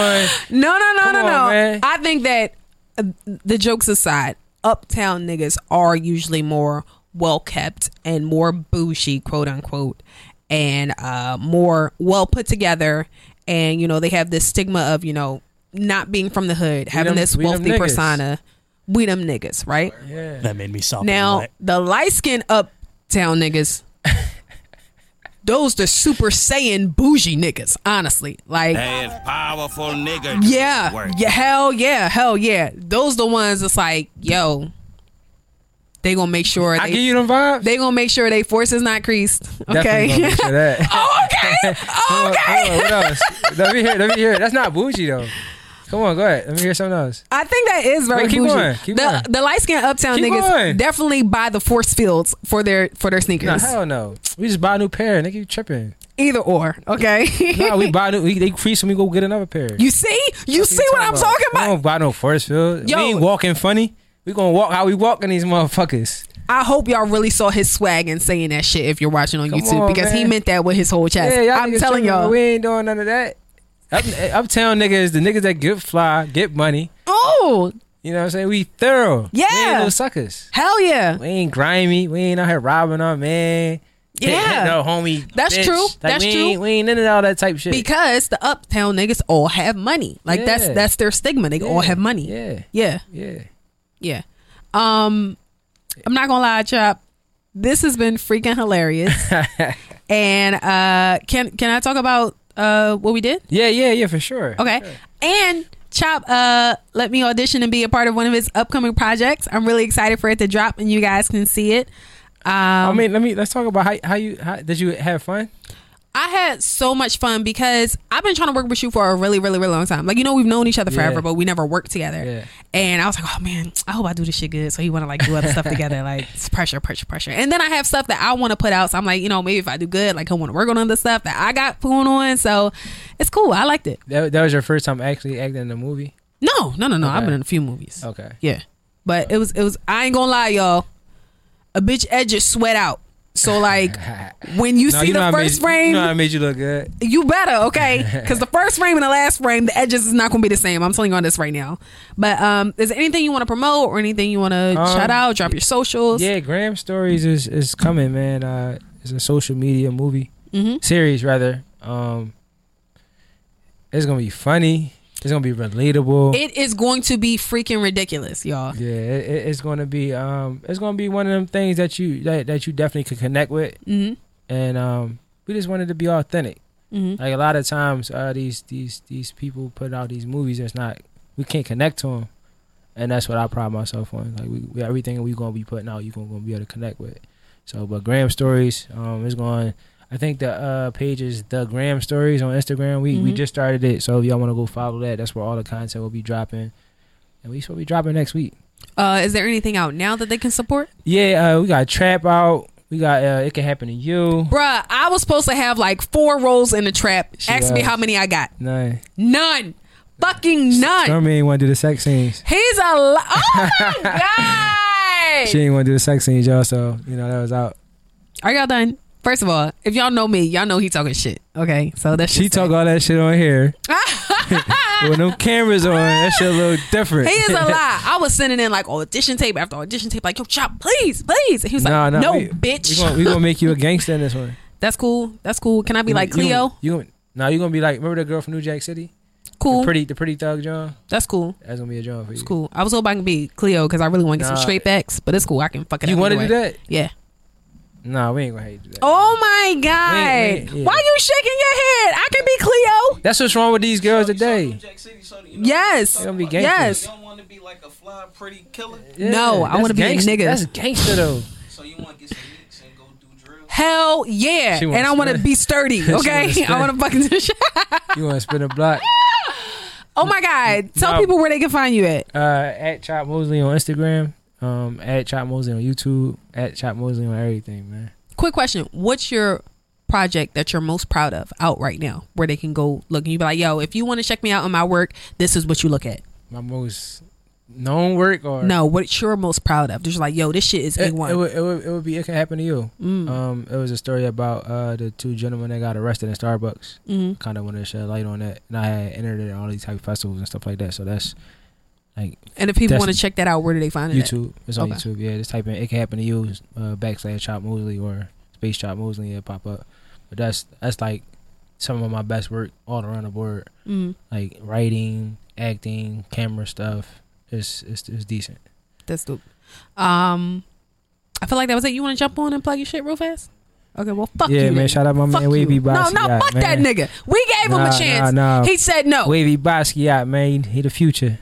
B: No, no, no,
D: Come
B: no,
D: on,
B: no.
D: man.
B: I think that uh, the jokes aside, uptown niggas are usually more well kept and more bougie, quote unquote, and uh, more well put together. And you know, they have this stigma of you know not being from the hood, having
D: them-
B: this
D: we them
B: wealthy
D: niggas.
B: persona. We them niggas, right?
C: That made me stop.
B: Now the light skinned uptown niggas. Those the super saiyan bougie niggas, honestly. Like
J: powerful nigger.
B: yeah, yeah, hell yeah, hell yeah. Those the ones that's like, yo, they gonna make sure
D: I
B: they,
D: give you them vibes.
B: they gonna make sure they force is not creased.
D: Definitely gonna
B: Okay.
D: make sure that.
B: oh, okay.
D: Come
B: Oh,
D: on,
B: okay.
D: come on, what else? Let me hear. Let me hear. That's not bougie though. Come on, go ahead. Let me hear something else.
B: I think that is very
D: Well, keep
B: bougie.
D: going, keep
B: the
D: going.
B: the light skinned uptown
D: Keep
B: niggas
D: going.
B: definitely buy the force fields for their for their
D: No,
B: sneakers.
D: hell no. We just buy a new pair. Nigga, you tripping?
B: Either or. Okay.
D: No, we buy new. We, they crease and we go get another pair.
B: you see? You see what I'm talking
D: We
B: about?
D: don't buy no force field.
B: Yo.
D: We ain't walking funny. We gonna walk how we walking these motherfuckers.
B: I hope y'all really saw his swag and saying that shit if you're watching on
D: Come
B: YouTube
D: on,
B: because he
D: man.
B: meant that with his whole chest.
D: y'all
B: I'm
D: niggas
B: telling
D: tripping, but
B: y'all.
D: we ain't doing none of that. Up, uptown niggas is the niggas that get fly, get money.
B: Oh,
D: You know what I'm saying? We thorough. we
B: Yeah.
D: ain't no suckers.
B: hell yeah.
D: We ain't grimy. We ain't out here robbing our man. Hit- hit
B: Yeah.
D: no homie.
B: That's
D: bitch.
B: true.
D: Like,
B: That's
D: we
B: true.
D: Ain't, we ain't into all that type shit.
B: Because the uptown niggas all have money. Like that's
D: Yeah.
B: that's their stigma. They all
D: Yeah.
B: have money.
D: Yeah.
B: Yeah.
D: yeah.
B: Yeah. Um I'm not gonna lie, Chop. This has been freaking hilarious. and uh can can I talk about uh what we did?
D: Yeah, yeah, yeah, for sure.
B: Okay. And Chop uh let me audition and be a part of one of his upcoming projects. I'm really excited for it to drop and you guys can see it.
D: I
B: Um,
D: mean, let me let's talk about how how you how, did you have fun?
B: I had so much fun because I've been trying to work with you for a really, really, really long time. Like, you know, we've known each other forever,
D: Yeah.
B: but we never worked together.
D: Yeah.
B: And I was like, oh man, I hope I do this shit good. So he want to like do other stuff together, like it's pressure, pressure, pressure. And then I have stuff that I want to put out. So I'm like, you know, maybe if I do good, like he'll want to work on other stuff that I got going on. So it's cool. I liked it.
D: That, that was your first time actually acting in a movie.
B: No, no, no, no. I've
D: Okay.
B: been in a few movies.
D: Okay.
B: Yeah. But it was it was I ain't gonna lie, y'all. A bitch edges sweat out. So like when you
D: No,
B: see
D: you know
B: the
D: I
B: first
D: made,
B: frame,
D: You know I made you look good.
B: you better, okay? Because the first frame and the last frame, the edges is not going to be the same. I'm telling you on this right now. But um, is there anything you want to promote or anything you want to
D: Um,
B: shout out? Drop your socials.
D: Yeah, Graham Stories is is coming, man. Uh, it's a social media movie series, rather. Um, it's gonna be funny. It's gonna be relatable.
B: It is going to be freaking ridiculous, y'all.
D: yeah, it, it- it's gonna be um, it's gonna be one of them things that you that, that you definitely could connect with,
B: Mhm.
D: and um, we just wanted to be authentic.
B: Mhm.
D: Like a lot of times, uh, these these these people put out these movies that's not we can't connect to them, and that's what I pride myself on. Like we, we everything we gonna be putting out, you gonna, gonna be able to connect with. So, but Graham Stories um, is going. I think the uh, page is the Graham Stories on Instagram. We we
B: Mhm.
D: just started it, so if y'all want to go follow that, that's where all the content will be dropping, and we will be dropping next week.
B: Uh, is there anything out now that they can support?
D: Yeah, uh, we got trap out. We got uh, it can happen to you.
B: Bruh, I was supposed to have like four rolls in the trap.
D: She
B: Ask me
D: was.
B: how many I got.
D: None.
B: None. Fucking none.
D: Stormy ain't want to do the sex scenes.
B: He's a. Li- oh my
D: She
B: god!
D: ain't want to do the sex scenes, y'all. So you know that was out.
B: Are y'all done? First of all, if y'all know me, y'all know he talking shit. Okay, so that's
D: She talk all that shit on here. With no cameras on, that shit look different.
B: He is a lie. I was sending in like audition tape after audition tape, like yo, chop, please, please. And he was
D: Nah,
B: like,
D: nah,
B: no,
D: we-
B: bitch.
D: We gonna, we gonna make you a gangster in this one.
B: that's cool. That's cool. Can I be like Cleo?
D: You, gonna- nah, you gonna be like remember that girl from New Jack City?
B: Cool.
D: The pretty, the pretty thug John.
B: That's cool.
D: That's gonna be a John for you.
B: It's cool. I was hoping I can be Cleo because I really want to get
D: Nah.
B: some straight backs, but it's cool. I can fucking.
D: You
B: want
D: wanna
B: to
D: do that?
B: Yeah.
D: Nah, we ain't gonna hate you. that.
B: Oh my god!
D: Wait, wait, yeah.
B: Why you shaking your head? I can be Cleo.
D: That's what's wrong with these girls today.
B: Yes.
D: They gonna be gangsters.
B: Yes. No, I
D: that's
B: want to be a
D: gangster-
B: nigga.
D: That's gangster though.
B: Hell yeah.
D: She
B: And
D: wanna
B: I want to
D: spin.
B: be sturdy,
D: She wanna
B: okay? I
D: spin.
B: want to fucking do shit.
D: You wanna spin a block?
B: Oh my God. Tell
D: No.
B: people where they can find you at.
D: Uh, at Chop Mosley on Instagram. Um, at Chop Mosley on YouTube. At Chop Mosley on everything, man.
B: Quick question What's your project that you're most proud of out right now where they can go look and you be like, yo, if you want to check me out on my work, this is what you look at?
D: My most known work or
B: No, what you're most proud of? Just like, yo, this shit is Mm,
D: It, it,
B: A1.
D: would, it, would, it would be it can happen to you.
B: Hmm.
D: Um, it was a story about uh, the two gentlemen that got arrested in Starbucks.
B: Mhm.
D: Kind of wanted to shed light on that, and I had entered it in all these type of festivals and stuff like that. So that's like
B: And if people
D: That's-
B: want to check that out, where do they find it? at?
D: YouTube. It's on
B: Okay.
D: YouTube. Yeah, just type in "it can happen to you" uh, backslash Chop Mosley or Space Chop Mosley. It pop up. But that's that's like some of my best work all around the board,
B: Mm,
D: like writing, acting, camera stuff. It's it's, it's decent.
B: that's dope. Um, I feel like that was it. You want to jump on and plug your shit real fast? Okay, well, fuck
D: yeah,
B: you.
D: man.
B: then.
D: Shout out my
B: Fuck
D: man Wavy
B: you. No,
D: Bossy.
B: no,
D: out,
B: fuck
D: man.
B: that nigga. We gave him
D: Nah,
B: a chance.
D: nah, nah.
B: He said no.
D: Wavy Basquiat, man. He the future.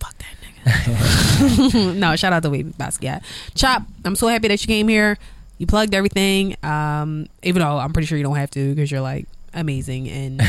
B: Fuck that nigga. no, shout out to Wavy Basquiat. Chop, I'm so happy that you came here. You plugged everything. Um, even though I'm pretty sure you don't have to because you're like amazing and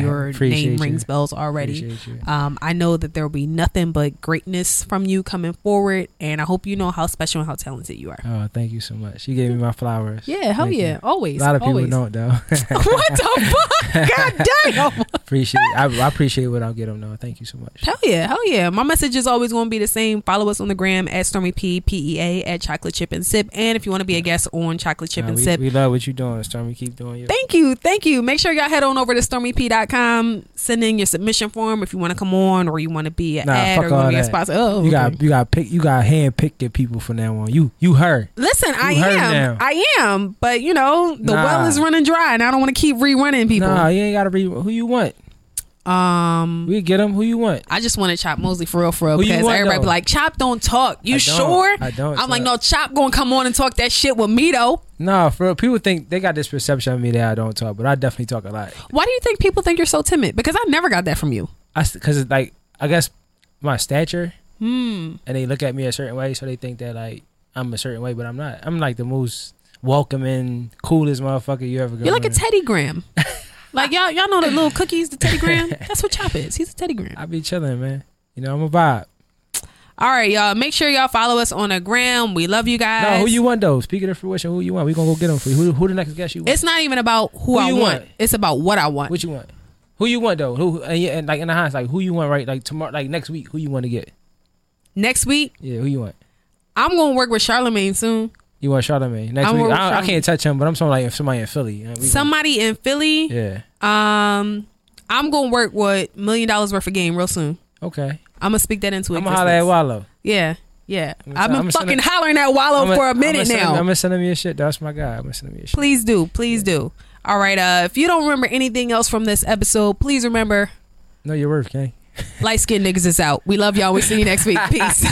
B: your
D: Appreciate
B: name
D: you.
B: rings bells already.
D: Appreciate you.
B: Um, I know that there will be nothing but greatness from you coming forward, and I hope you know how special and how talented you are.
D: Oh, thank you so much. She gave me my flowers.
B: Yeah, hell
D: Thank
B: yeah,
D: you.
B: always.
D: A lot of people
B: always.
D: don't though.
B: what the fuck? God damn.
D: appreciate. I, I appreciate what I'm getting though. Thank you so much.
B: Hell yeah, hell yeah. My message is always going to be the same. Follow us on the gram at Stormy P, P E A, at Chocolate Chip and Sip. And if you want to be a guest on Chocolate Chip
D: Nah,
B: and
D: we,
B: Sip,
D: we love what you're doing, Stormy. Keep doing your.
B: thank you, thank you. Make sure y'all head on over to stormyp.com, send in your submission form if you want to come on or you want to be an
D: Nah,
B: ad or
D: fuck
B: you want to
D: all
B: be a
D: that.
B: sponsor. Oh,
D: You
B: okay.
D: got you got pick you got hand pick your people from now on. You you her.
B: Listen, I
D: You heard
B: am.
D: now.
B: I am. But, you know, the
D: Nah.
B: well is running dry and I don't want to keep rerunning people.
D: Nah, you ain't gotta be who you want.
B: Um,
D: We get them who you want.
B: I just wanted Chop Mosley for real, for real.
D: Who you
B: Because
D: want,
B: everybody
D: though?
B: be like, Chop don't talk. You
D: I don't.
B: sure?
D: I don't
B: I'm like, no,
D: talk.
B: Chop gonna come on and talk that shit with me though.
D: Nah, for real, people think they got this perception of me that I don't talk, but I definitely talk a lot.
B: Why do you think people think you're so timid? Because I never got that from you.
D: I because like I guess my stature,
B: Hmm.
D: and they look at me a certain way, so they think that like I'm a certain way, but I'm not. I'm like the most welcoming, coolest motherfucker you ever.
B: You're like a
D: around.
B: Teddy Graham. like y'all, y'all know the little cookies, the Teddy Graham. That's what Chop is. He's a Teddy Graham.
D: I be chilling, man. You know I'm a vibe.
B: All right, y'all. Make sure y'all follow us on a gram. We love you guys.
D: No, who you want though? Speaking of fruition, who you want? We gonna go get them for you. Who, who the next guest you want?
B: It's not even about who,
D: Who
B: I
D: you
B: want.
D: want?
B: It's about what I want.
D: what you want? Who you want though? Who and, yeah, and like in the hindsight, who you want right? Like tomorrow, like next week, who you want to get?
B: Next week,
D: Yeah, who you want?
B: I'm gonna work with Charlemagne soon.
D: You want Charlamagne next
B: I
D: week?
B: want
D: I, I
B: Charlamagne.
D: can't touch him, but I'm talking like if somebody in Philly. uh, we gonna-
B: Somebody in Philly.
D: yeah.
B: Um, I'm gonna work with million dollars worth of game real soon.
D: Okay.
B: I'm gonna speak that into
D: I'm
B: existence.
D: gonna holler at Wallow.
B: Yeah, yeah. I've
D: I'ma send-
B: been
D: I'ma send
B: fucking
D: it-
B: hollering at Wallow for a minute now.
D: I'm gonna send him your shit. though. That's my guy. I'm gonna send him your shit.
B: please do, please do. All right. Uh, if you don't remember anything else from this episode, please remember
D: Know your worth, King.
B: light skinned niggas is out. We love y'all. We see you next week. Peace.